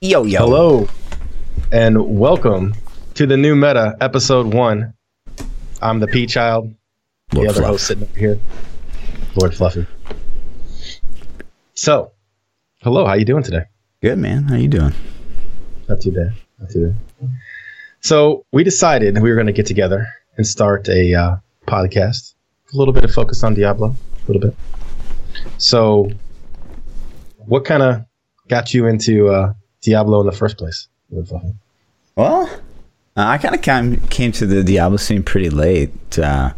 Yo yo. Hello, and welcome to the new meta, episode one. I'm the P Child, the Lord other Fluff. host sitting up here, Lord Fluffy. So, hello, how you doing today? Good man. How you doing? Not too bad. Not too bad. So we decided we were going to get together and start a uh, podcast. A little bit of focus on Diablo, a little bit. So, what kind of got you into uh, Diablo in the first place? Well, uh, I kind of came came to the Diablo scene pretty late. Uh,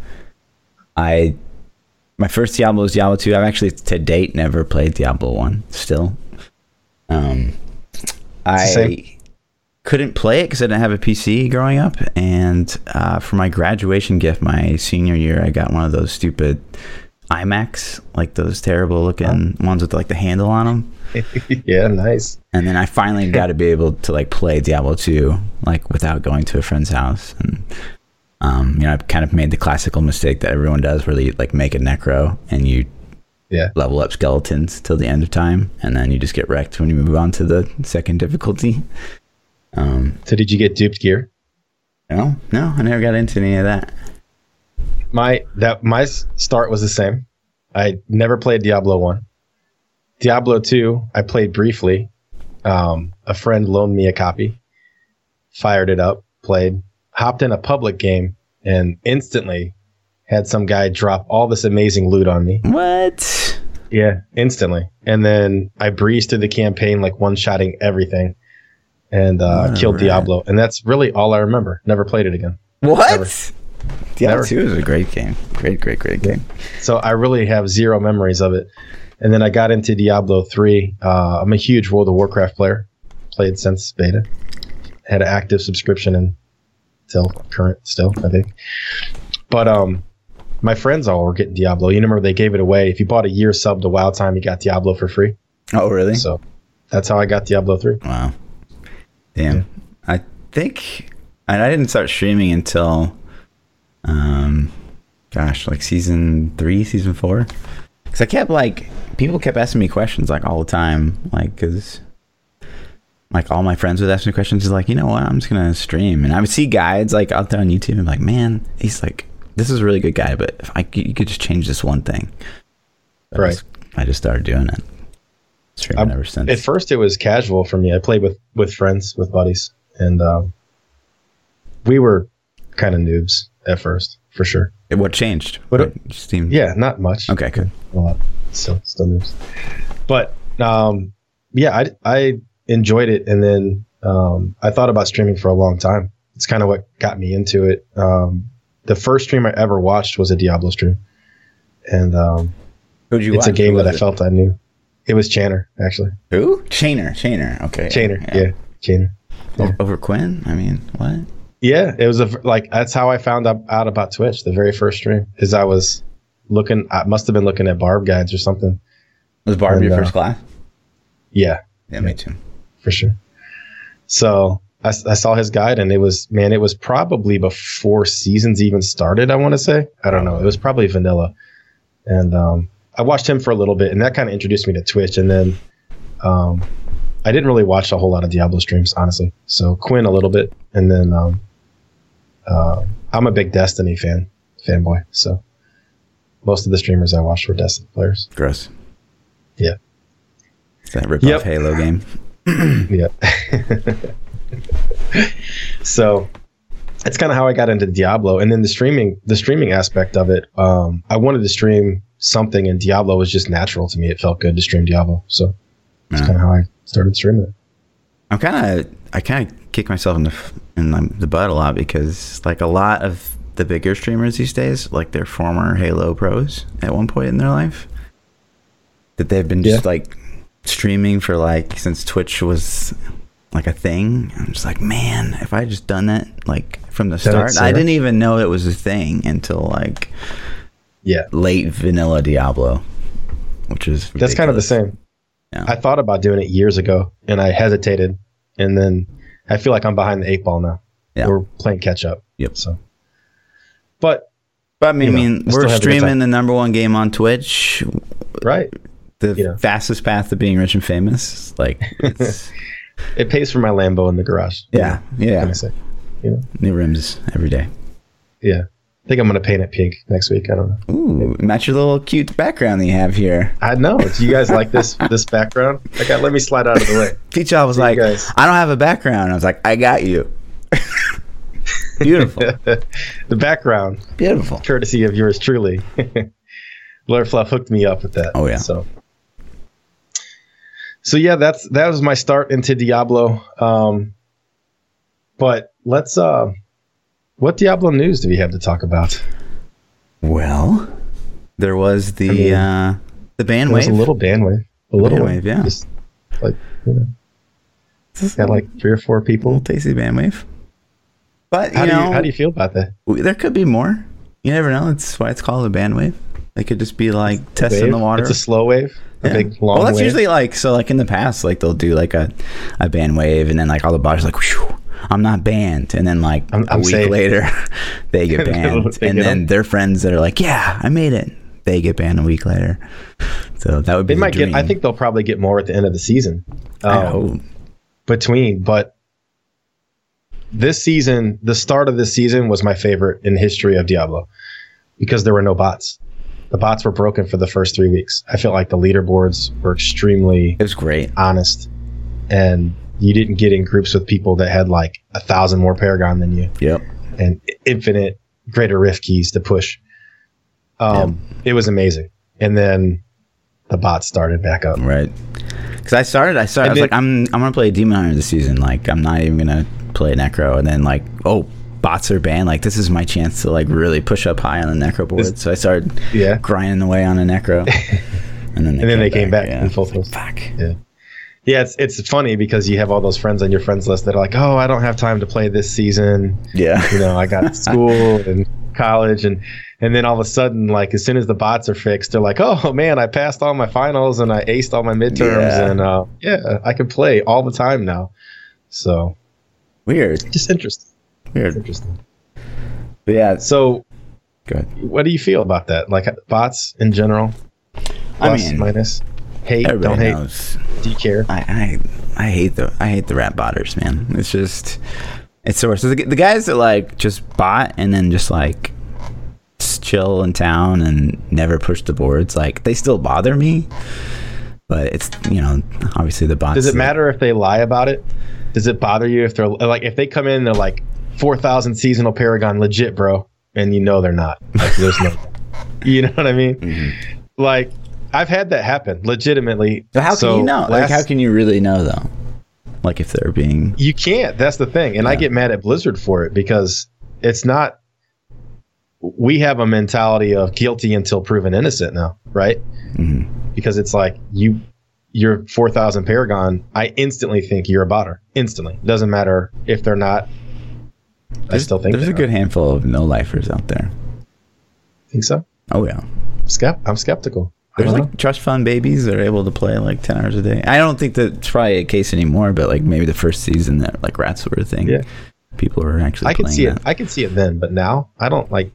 I my first Diablo was Diablo two. I've actually to date never played Diablo one. Still, um, I Same. couldn't play it because I didn't have a PC growing up. And uh, for my graduation gift, my senior year, I got one of those stupid IMAX, like those terrible looking ones with like the handle on them. yeah, nice. And then I finally got to be able to like play Diablo 2 like without going to a friend's house. And um, you know, I kind of made the classical mistake that everyone does where you like make a necro and you Yeah. level up skeletons till the end of time and then you just get wrecked when you move on to the second difficulty. Um, So, did you get duped gear? no, no, I never got into any of that. my that my s- start was the same. I never played Diablo one. Diablo two, I played briefly. Um, a friend loaned me a copy, fired it up, played, hopped in a public game, and instantly had some guy drop all this amazing loot on me. What? Yeah, instantly. And then I breezed through the campaign like one shotting everything, and uh, What a killed rat. Diablo. And that's really all I remember. Never played it again. What? Never. Diablo Never. 2 is a great game. Great, great, great game. so I really have zero memories of it. And then I got into Diablo three. Uh, I'm a huge World of Warcraft player. Played since beta. Had an active subscription and till current still, I think. But um, my friends all were getting Diablo. You remember they gave it away. If you bought a year sub to WoW Time, you got Diablo for free. Oh, really? So that's how I got Diablo three. Wow. Damn. I think and I didn't start streaming until um gosh, like season 3, season 4. Cuz I kept like people kept asking me questions like all the time like cuz like all my friends would ask me questions is like, "You know what? I'm just going to stream." And I would see guides like out there on YouTube and be like, "Man, he's like this is a really good guy, but if I c- you could just change this one thing." So I Right. just- I just started doing it. Streaming I'm- ever since. At first, it was casual for me. I played with with friends, with buddies, and um, we were kind of noobs at first, for sure. what changed? What- Like, just seemed- Yeah, not much. Okay, good. a lot. Still, still moves. But um, yeah, I, I enjoyed it, and then um, I thought about streaming for a long time. It's kind of what got me into it. Um, the first stream I ever watched was a Diablo stream, and um, Who'd you it's a watch? game Who that I was felt I knew. It was Channer, actually. it? Who? Chainer. Chainer. Okay. Channer, yeah, Channer. O- Over Quinn? I mean, what? Yeah, it was a like that's how I found out, out about Twitch. The very first stream is I was looking. I must have been looking at Barb guides or something. Was Barb And, your uh, first class? Yeah, Yeah, me too. for sure. So I, s- I saw his guide, and it was man, it was probably before seasons even started. I want to say I don't know. It was probably vanilla, and um, I watched him for a little bit, and that kind of introduced me to Twitch. And then um, I didn't really watch a whole lot of Diablo streams, honestly. So Quinn a little bit, and then um, uh, I'm a big Destiny fan, fanboy. So most of the streamers I watched were Destiny players. Gross. Yeah. It's that rip off Yep. Halo game. yeah. so that's kind of how I got into Diablo, and then the streaming, the streaming aspect of it. Um, I wanted to stream something, and Diablo was just natural to me. It felt good to stream Diablo, so that's Yeah. kind of how I started streaming it. I'm kind of I kind of kick myself in the f- in the, the butt a lot because like a lot of the bigger streamers these days, like they're former Halo pros at one point in their life, that they've been just Yeah. like streaming for like since Twitch was like a thing. I'm just like, man, if I just done that like from the Done start, it I sooner. didn't even know it was a thing until like Yeah, late vanilla Diablo, which is that's kind of the ridiculous. same. Yeah. I thought about doing it years ago, and I hesitated, and then I feel like I'm behind the eight ball now. Yeah. We're playing catch up. Yep. So, but But I mean, you know, I mean I still we're have a good time. streaming the number one game on Twitch. right, the Yeah. fastest path to being rich and famous. Like, it's, It pays for my Lambo in the garage. Yeah, yeah. What can I say? You know? New rims every day. Yeah. I think I'm gonna paint it pink next week. I don't know. Ooh, match your little cute background that you have here. I know. Do you guys like this this background? I got. Let me slide out of the way. Pete Child was You like, guys. I don't have a background. I was like, I got you. Beautiful. the background, Beautiful. courtesy of yours truly. Blur Fluff hooked me up with that. Oh, yeah. So. So yeah, that's that was my start into Diablo. Um, but let's. Uh, what Diablo news do we have to talk about? Well, there was the I mean, uh the band There was wave. a little bandwidth. A little Band one. wave, yeah. Just like you know, got like three or four little people. tasty band wave. But you How do know, you how do you feel about that? w- there could be more. You never know. That's why it's called a band wave. They could just be like testing Wave? the water. It's a slow wave. A Yeah. big long well, that's wave. usually like so. Like in the past, like they'll do like a, a band wave, and then like all the bodies like, Whew, I'm not banned, and then like I'm- I'm a week safe. later, they get banned, They and get then them. their friends that are like, yeah, I made it, they get banned a week later. So that would be they the might get. I dream. think they'll probably get more at the end of the season. I Um, hope. between, but this season, the start of this season was my favorite in the history of Diablo because there were no bots. The bots were broken for the first three weeks. I felt like the leaderboards were extremely it was great. honest, and you didn't get in groups with people that had like a thousand more Paragon than you Yep. and infinite greater rift keys to push. Um, It was amazing, and then the bots started back up. Right. Because I started, I started. I was And like, I'm, I'm gonna play Demon Hunter this season. Like, I'm not even gonna play Necro. And then like, oh, bots are banned. Like, this is my chance to like really push up high on the Necro board. so I started Yeah, grinding away on a Necro. And then they, and then they came back, yeah. in full force. Fuck. Yeah, it's it's funny because you have all those friends on your friends list that are like, "Oh, I don't have time to play this season. Yeah. You know, I got school and college and and then all of a sudden like as soon as the bots are fixed, they're like, "Oh, man, I passed all my finals and I aced all my midterms Yeah. and uh, yeah, I can play all the time now." So, Weird. just interesting. Weird. Interesting. But yeah. it's- So, Go ahead. what do you feel about that? Like bots in general? I Plus, mean, minus? Hate, don't Everybody hate, knows. do you care? I, I I hate the I hate the rat botters, man. It's just it's the worst. The, the guys that like just bought and then just like s- chill in town and never push the boards, like they still bother me. But it's you know obviously the bots. Does it that- matter if they lie about it? Does it bother you if they're like if they come in and they're like four thousand seasonal paragon legit, bro, and you know they're not. Like there's no You know what I mean? Like I've had that happen legitimately. So how can So you know? like last- how can you really know though? Like if they're being you can't. That's the thing. And I get mad at Blizzard for it because it's not we have a mentality of guilty until proven innocent now, right? mhm. because it's like you you're 4000 paragon i instantly think you're a botter instantly doesn't matter if they're not i There's- still think there's a they good handful of no lifers out there. are. think so Oh yeah. Skept- i'm skeptical I There's don't like trust fund babies that are able to play like ten hours a day. I don't think that's probably a case anymore, but like maybe the first season that like rats were a thing. Yeah. People are actually I playing could see that. it. I could see it then, but now I don't like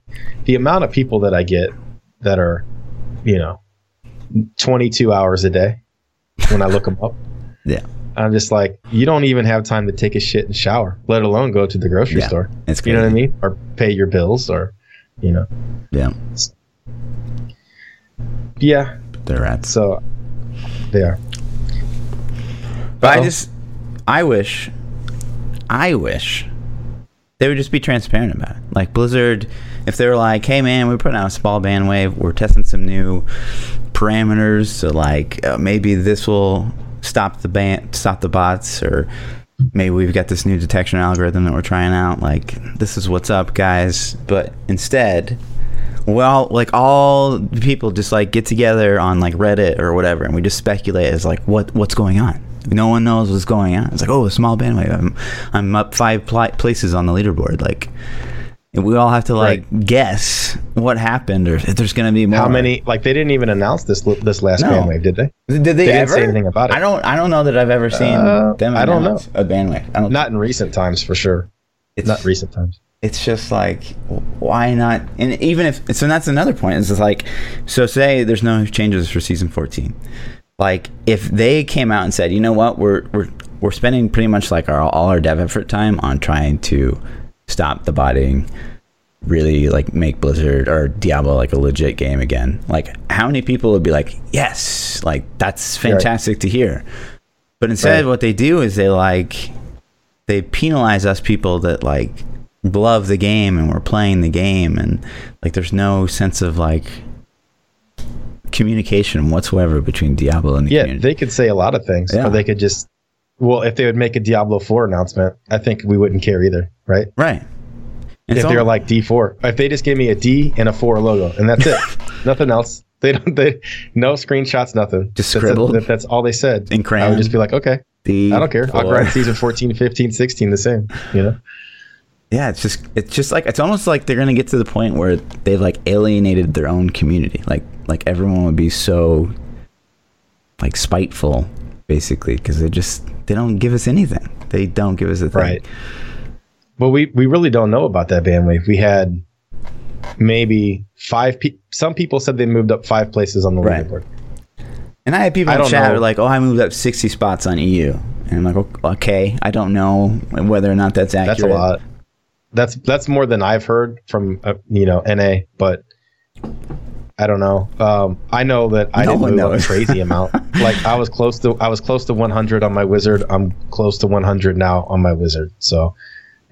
the amount of people that I get that are, you know, 22 hours a day when I look them up. Yeah. I'm just like, you don't even have time to take a shit and shower, let alone go to the grocery Yeah, store. it's You know what I crazy. mean? Or pay your bills or, you know. Yeah. Yeah. They're rats. So they are. But I Uh-oh. just I wish I wish they would just be transparent about it. Like Blizzard, if they were like, "Hey man, we're putting out a small band wave. We're testing some new parameters. So like, uh, maybe this will stop the ban, stop the bots, or maybe we've got this new detection algorithm that we're trying out. Like, this is what's up, guys." But instead, well, like all the people just like get together on like Reddit or whatever, and we just speculate as like what what's going on. No one knows what's going on. It's like oh, a small band wave. I'm I'm up five pli- places on the leaderboard. Like and we all have to like guess what happened or if there's gonna be more. How many? Like they didn't even announce this li- this last No. bandwave, did they? Did they, didn't ever say anything about it. I don't. I don't know that I've ever seen Uh, them. I don't announce a band wave. I don't. Not in recent times, for sure. it's, Not recent times. it's just like w- why not and even if so that's another point is it's like so say there's no changes for season 14 like if they came out and said you know what we're we're we're spending pretty much like our all our dev effort time on trying to stop the botting, really like make Blizzard or Diablo like a legit game again. Like how many people would be like, yes, like that's fantastic to hear. But instead, Right. what they do is they like they penalize us people that like love the game and we're playing the game and like there's no sense of like communication whatsoever between Diablo and the Yeah, community. they could say a lot of things, Yeah. or they could just. Well, if they would make a Diablo Four announcement, I think we wouldn't care either, right? right. And if so- they're like D four, if they just give me a D and a four logo and that's it, nothing else. They don't. They no screenshots, nothing. Just That's it. scribble. That- that's all they said. In I would crayon. just be like, okay, the I don't care. I'll four- grind season 14, 15, 16 the same. You know, Yeah, it's just it's just like it's almost like they're gonna get to the point where they've like alienated their own community. Like like everyone would be so like spiteful, basically, because they just they don't give us anything. They don't give us a thing. right? But we we really don't know about that bandwidth. We had maybe five. Pe- some people said they moved up five places on the Right. leaderboard. And I had people I in don't chat know. who were like, "Oh, I moved up sixty spots on EU," and I'm like, "Ok- "Okay, I don't know whether or not that's accurate." That's a lot. That's that's more than I've heard from uh, you know NA, but I don't know. Um, I know that I No didn't one move up a knows. crazy amount. Like I was close to I was close to 100 on my wizard. I'm close to 100 now on my wizard. So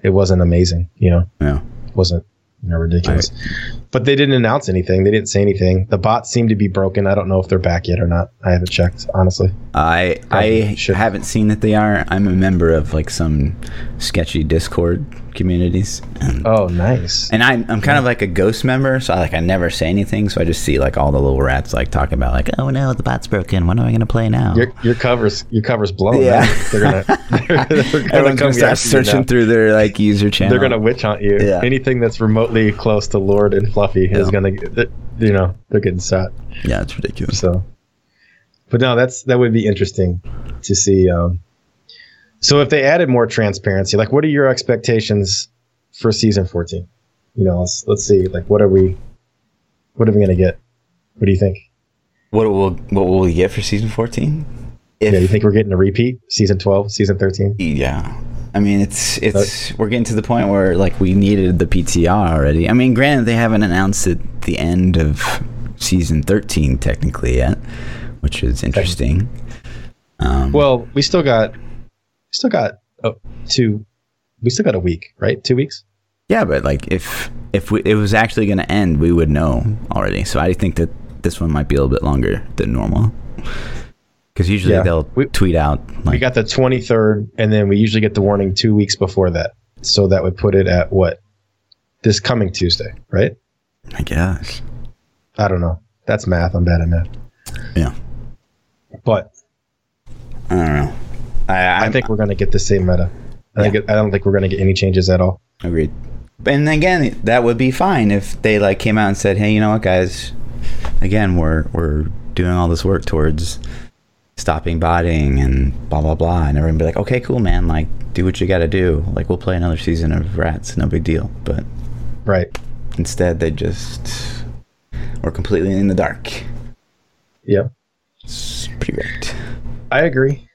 it wasn't amazing, you know. Yeah. It wasn't you know ridiculous. But they didn't announce anything. They didn't say anything. The bots seem to be broken. I don't know if they're back yet or not. I haven't checked honestly. I I Probably should. haven't seen that they are. I'm a member of like some sketchy Discord communities, and Oh, nice. And I'm, I'm kind of like a ghost member, so I, like I never say anything. So I just see like all the little rats like talking about like, oh no, the bot's broken. What am I gonna play now? Your, your covers your covers blown. Yeah. man. they're gonna they're, they're gonna Everyone's come gonna start after you now. searching through their like user channel. They're gonna witch hunt you. Yeah. Anything that's remotely close to Lord and Fluffy is Yeah. gonna, get- th- you know, they're getting shot. yeah, it's ridiculous. So, but no, that's that would be interesting to see. Um, so if they added more transparency, like what are your expectations for season fourteen? You know, let's let's see. Like, what are we? What are we gonna get? What do you think? What will what will we get for season fourteen? Yeah, you think we're getting a repeat? Season twelve, season thirteen? Yeah. I mean, it's it's we're getting to the point where like we needed the PTR already. I mean, granted they haven't announced it the end of season 13 technically yet, which is interesting. Um, Well, we still got, we still got uh, two. We still got a week, right? Two weeks. yeah, but like if if we, it was actually going to end, we would know already. So I think that this one might be a little bit longer than normal. Cuz usually Yeah. they'll We- tweet out We like got the 23rd, and then we usually get the warning two weeks before that. So that would put it at what? This coming Tuesday, right? I guess. I don't know. That's math. I'm bad at math. Yeah. But I don't know. I I I'm- think we're going to get the same meta. I, think it- I don't think we're going to get any changes at all. Agreed. And again, that would be fine if they like came out and said, "Hey, you know what, guys? Again, we're we're doing all this work towards stopping botting and blah blah blah." And everyone be like, "Okay, cool, man. Like, do what you got to do. Like, we'll play another season of Rats. No big deal." But Right. instead, they just were completely in the dark. Yeah. It's pretty great. I agree.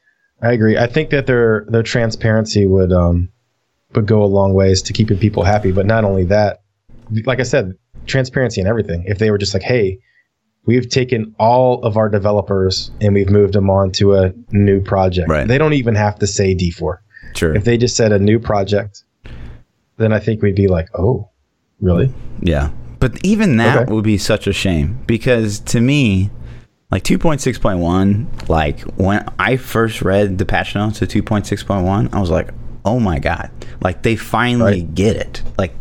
I agree. I think that their their transparency would um would go a long ways to keeping people happy. But not only that, like I said, transparency and everything. If they were just like, hey, we've taken all of our developers and we've moved them on to a new project. Right. They don't even have to say D4. Sure. If they just said a new project, then I think we'd be like, oh, really? Yeah. But even that Okay. would be such a shame because to me, like 2.6.1, like when I first read the patch notes to 2.6.1, I was like, oh my God. Like they finally Right. get it. Like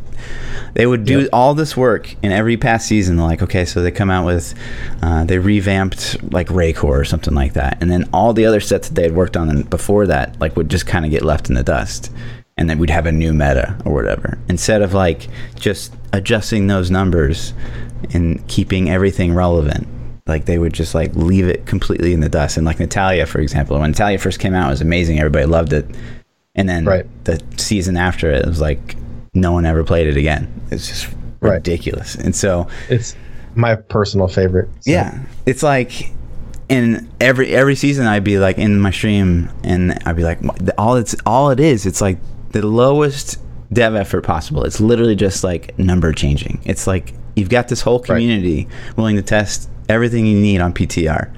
they would do all this work in every past season. Like, okay, so they come out with, uh, they revamped like Raycore or something like that. And then all the other sets that they had worked on and before that, like, would just kind of get left in the dust. And then we'd have a new meta or whatever. Instead of like just adjusting those numbers and keeping everything relevant. Like they would just like leave it completely in the dust. And like Natalia, for example, when Natalia first came out, it was amazing. Everybody loved it. And then Right. the season after it, it was like no one ever played it again. It's just Right. ridiculous. And so, It's my personal favorite. So yeah, it's like and every every season I'd be like in my stream and I'd be like all it's all it is it's like the lowest dev effort possible. It's literally just like number changing. It's like you've got this whole community willing to test everything you need on PTR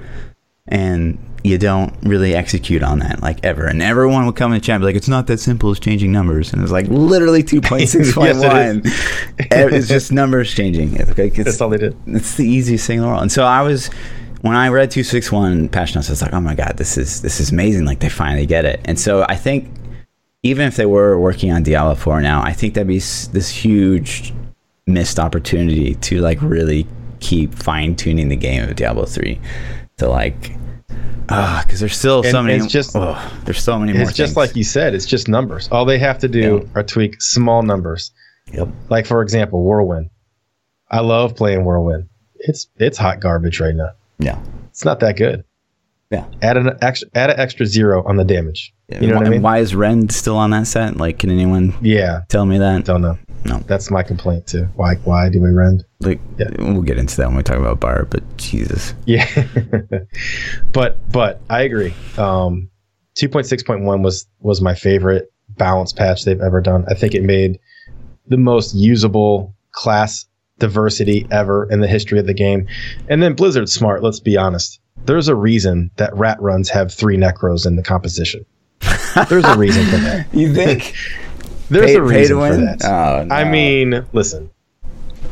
and you don't really execute on that like ever. And everyone would come in the chat and be like, "It's not that simple as changing numbers." And it was like literally two point six point one. It's just numbers changing. It's, like, it's, That's all they did. it's the easiest thing in the world. And so I was when I read two six one Passion, I was like, "Oh my god, this is this is amazing!" Like they finally get it. And so I think even if they were working on Diablo four now, I think that'd be s- this huge missed opportunity to like really keep fine tuning the game of Diablo three to like ah because there's still so And many it's just- oh, there's so many more It's just things. like you said. It's just numbers. All they have to do are tweak small numbers. Yep. Like for example, Whirlwind. I love playing Whirlwind. It's it's hot garbage right now. yeah It's not that good. Yeah. Add an extra, add an extra zero on the damage. You know why, what I mean? why is Ren still on that set like can anyone Yeah. tell me that Don't know. No. That's my complaint too. Why why do we rend? like Yeah. we'll get into that when we talk about Bar but Jesus Yeah. but but I agree. Um 2.6.1 was was my favorite balance patch they've ever done. I think it made the most usable class diversity ever in the history of the game. And then Blizzard's smart, let's be honest. There's a reason that rat runs have three necros in the composition. There's a reason for that. you think There's Pay- a pay to reason for win? that. Oh, no. I mean, listen.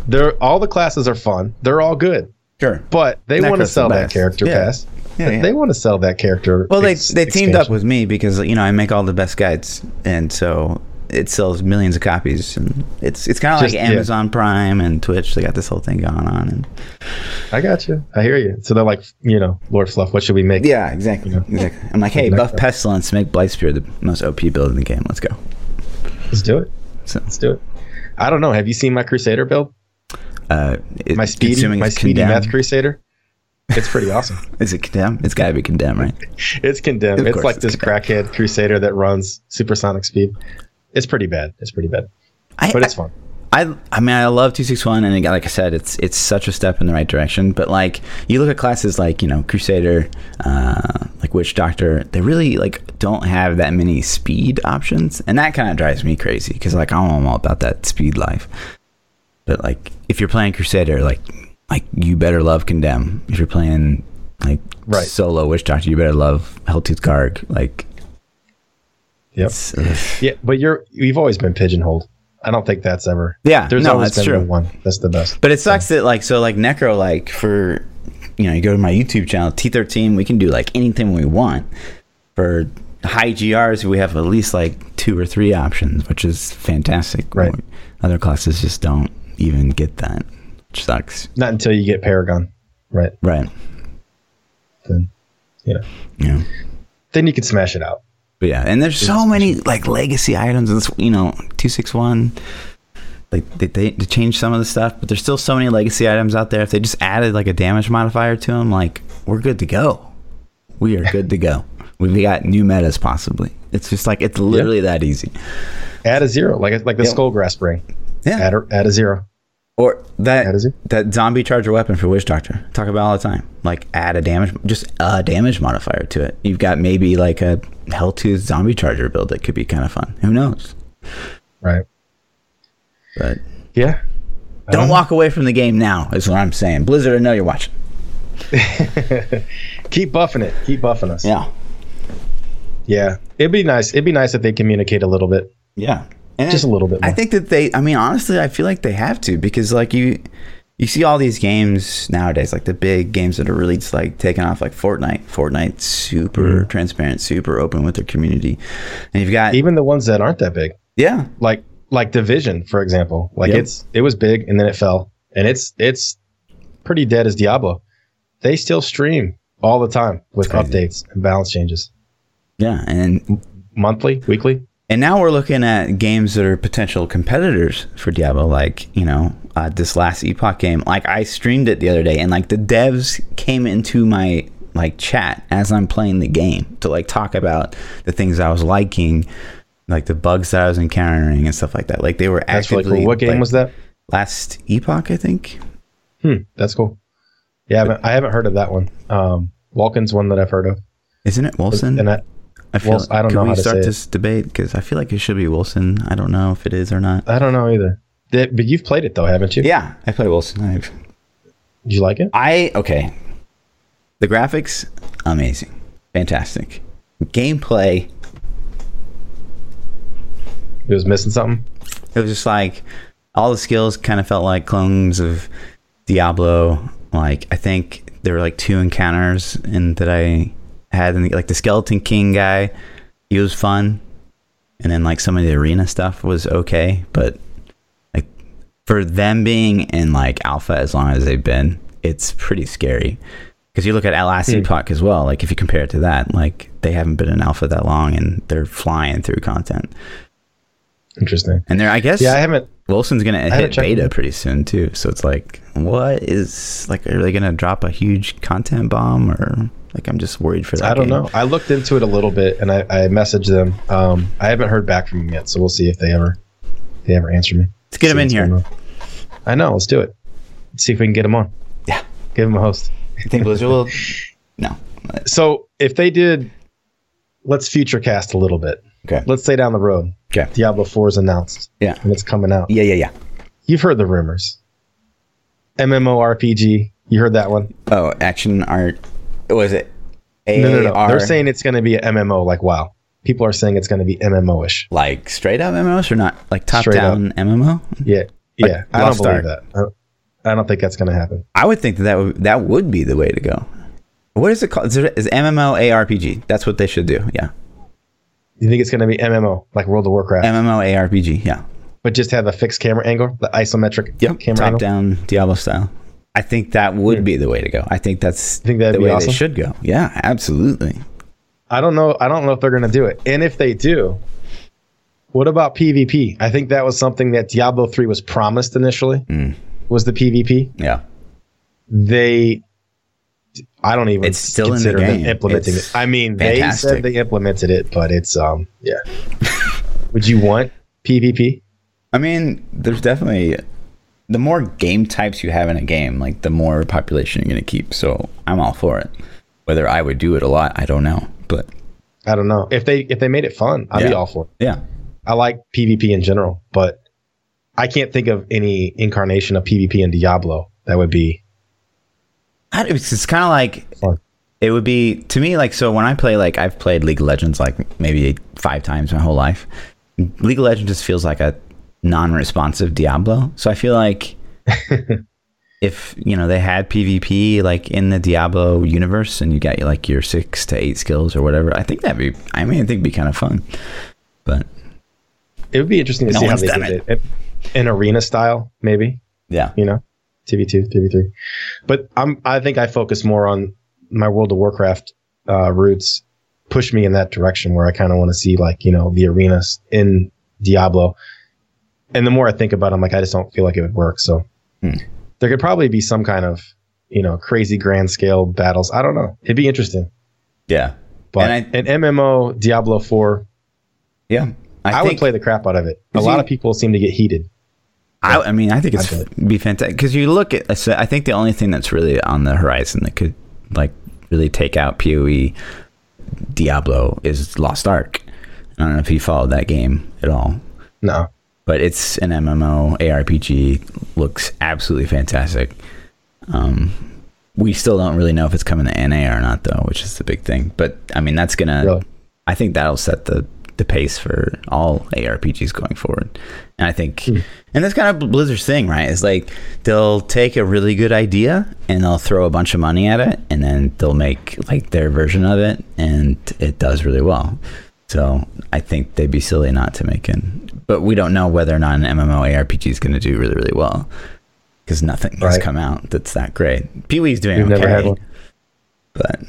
They're all the classes are fun. They're all good, sure but they want to Necros sell the that best. character Yeah. pass. Yeah, yeah. They want to sell that character. Well, they ex- they teamed up expansion. with me because you know I make all the best guides, and so it sells millions of copies. And it's it's kind of like Just- yeah. Amazon Prime and Twitch. They got this whole thing going on, and I got you. I hear you. So they're like, you know, Lord Fluff. What should we make? yeah, exactly. exactly. I'm like, hey, buff Pestilence, make Blightspear the most OP build in the game. Let's go. Let's do it. So- Let's do it. I don't know. Have you seen my Crusader build? Uh, it, My speedy, assuming my it's speedy condemned. math Crusader. It's pretty awesome. Is it condemned? It's got to be condemned, right? It's condemned. Of it's course like it's this crackhead Crusader that runs supersonic speed. It's pretty bad. It's pretty bad, I, but it's fun. I I mean I love 261 and again, like I said it's it's such a step in the right direction but like you look at classes like you know Crusader uh, like Witch Doctor they really like don't have that many speed options and that kind of drives me crazy because like I'm all about that speed life but like if you're playing Crusader like like you better love Condemn if you're playing like Right. solo Witch Doctor you better love Helltooth Garg like Yep. it's, ugh. Yeah, but you're you've always been pigeonholed. I don't think that's ever. Yeah, there's no, always that's been the true. one. That's the best. But it sucks that like so like Necro like for you know you go to my YouTube channel T13 we can do like anything we want for high GRs we have at least like two or three options which is fantastic. Right. Other classes just don't even get that, which sucks. Not until you get Paragon, right? Right. Then, you know, Yeah. then you can smash it out. But yeah, and there's so many like legacy items. It's, you know, two six one. Like they, they they changed some of the stuff, but there's still so many legacy items out there. If they just added like a damage modifier to them, like we're good to go. We are good to go. We've got new metas possibly. It's just like it's literally that easy. Add a zero, like like the Yep. Skullgrass ring. Yeah. Add a, add a zero. Or that That is it. that zombie charger weapon for Witch Doctor. Talk about all the time. Like add a damage, just a damage modifier to it. You've got maybe like a Hell Two zombie charger build that could be kind of fun. Who knows? Right. But Yeah. I Don't know. walk away from the game now, is what I'm saying. Blizzard, I know you're watching. Keep buffing it. Keep buffing us. Yeah. Yeah. It'd be nice. It'd be nice if they communicate a little bit. Yeah. And Just a little bit I more. think that they, I mean, honestly, I feel like they have to because, like, you. You see all these games nowadays, like the big games that are really just like taking off, like Fortnite. Fortnite, super Mm-hmm. transparent, super open with their community, and you've got Even the ones that aren't that big, yeah, like like Division, for example. Like Yep. it's it was big and then it fell, and it's it's pretty dead as Diablo. They still stream all the time with It's crazy. updates and balance changes, yeah, and monthly, weekly. And now we're looking at games that are potential competitors for Diablo, like, you know, uh, this last Epoch game. Like, I streamed it the other day, and, like, the devs came into my, like, chat as I'm playing the game to, like, talk about the things I was liking, like, the bugs that I was encountering and stuff like that. Like, they were That's actually. really cool. What game was that? Last Epoch, I think. Hmm, that's cool. Yeah, I haven't, I haven't heard of that one. Um, Walken's one that I've heard of. Isn't it Wilson? And I, I feel. Wilson- I don't can know we how to start say it. this debate? Because I feel like it should be Wilson. I don't know if it is or not. I don't know either. That- but you've played it though, haven't you? Yeah, I play Wilson. I've, Did you like it? I okay. The graphics, amazing, fantastic. Gameplay, It was missing something. it was just like all the skills kind of felt like clones of Diablo. Like I think there were like two encounters in that I had, and like the Skeleton King guy, he was fun, and then like some of the arena stuff was okay, but like for them being in like alpha as long as they've been, it's pretty scary. Because you look at last Epoch as well, like if you compare it to that, like they haven't been in alpha that long and they're flying through content. Interesting. And they're, I guess, Yeah, I haven't. Wilson's gonna haven't hit checked beta it. pretty soon too, so it's like, what is like? Are they gonna drop a huge content bomb or like? I'm just worried for that. I don't game. know. I looked into it a little bit, and I, I messaged them. Um, I haven't heard back from them yet, so we'll see if they ever, if they ever answer me. Let's get him in See what's here. going on. I know. Let's do it. Let's see if we can get him on. Yeah. Give him a host. You think Blizzard will? No. So if they did, let's future cast a little bit. Okay. Let's say down the road, Okay. Diablo Four is announced. Yeah. and it's coming out. Yeah. Yeah. Yeah. You've heard the rumors. MMORPG. You heard that one? Oh, action art. Was it? A- No, no, no. They're saying it's going to be an MMO. Like, wow. People are saying it's going to be MMO-ish. like straight up MMOs or not? Like top Straight up. down MMO? Yeah, Like yeah. I don't Lost Ark. believe that. I don't- I don't think that's going to happen. I would think that that would, that would be the way to go. What is it called? Is, it, is MMO ARPG? That's what they should do. Yeah. You think it's going to be MMO, like World of Warcraft, MMO ARPG. Yeah. but just have a fixed camera angle, the isometric Yep. camera Top angle? down Diablo style. I think that would be the way to go. I think that's think that'd the be way awesome? they should go. Yeah, absolutely. I don't know. I don't know if they're going to do it. And if they do, what about PvP? I think that was something that Diablo 3 was promised initially. Mm. Was the PvP? Yeah. They I don't even It's still in the consider them game. implementing It's it. I mean, they fantastic. said they implemented it, but it's um yeah. Would you want PvP? I mean, there's definitely the more game types you have in a game, like the more population you're going to keep. So I'm all for it. Whether I would do it a lot, I don't know. But I don't know. If they if they made it fun, I'd Yeah. be all for it. yeah, I like PvP in general, but I can't think of any incarnation of PvP in Diablo that would be I, it's, it's kind of like fun. it would be to me like so when I play like I've played League of Legends like maybe five times my whole life. League of Legends just feels like a non-responsive Diablo. So I feel like if you know they had PvP like in the Diablo universe and you got like your six to eight skills or whatever, I think that'd be I mean I think it'd be kind of fun. But It would be interesting to No see how one's they done did it. In arena style, maybe, yeah, you know, TV2, TV3. But I'm, I think I focus more on my World of Warcraft uh, roots, push me in that direction where I kind of want to see, like, you know, the arenas in Diablo. And the more I think about it, I'm like, I just don't feel like it would work. So Hmm. there could probably be some kind of, you know, crazy grand scale battles. I don't know. It'd be interesting. yeah, But And an MMO, Diablo 4, yeah. I, would play the crap out of it. A Is lot he- of people seem to get heated. I, I mean, I think it's I be fantastic because you look at. So I think the only thing that's really on the horizon that could like really take out Poe Diablo is Lost Ark. I don't know if you followed that game at all, No. but it's an MMO ARPG. Looks absolutely fantastic. Um, we still don't really know if it's coming to NA or not, though, which is the big thing. But I mean, that's gonna. Really? I think that'll set the the pace for all ARPGs going forward. And I think, and that's kind of Blizzard's thing, right? Is like they'll take a really good idea and they'll throw a bunch of money at it, and then they'll make like their version of it, and it does really well. So I think they'd be silly not to make it. But we don't know whether or not an MMO ARPG is going to do really, really well because nothing has Right. come out that's that great. Pee Wee's doing We've okay, never had one. but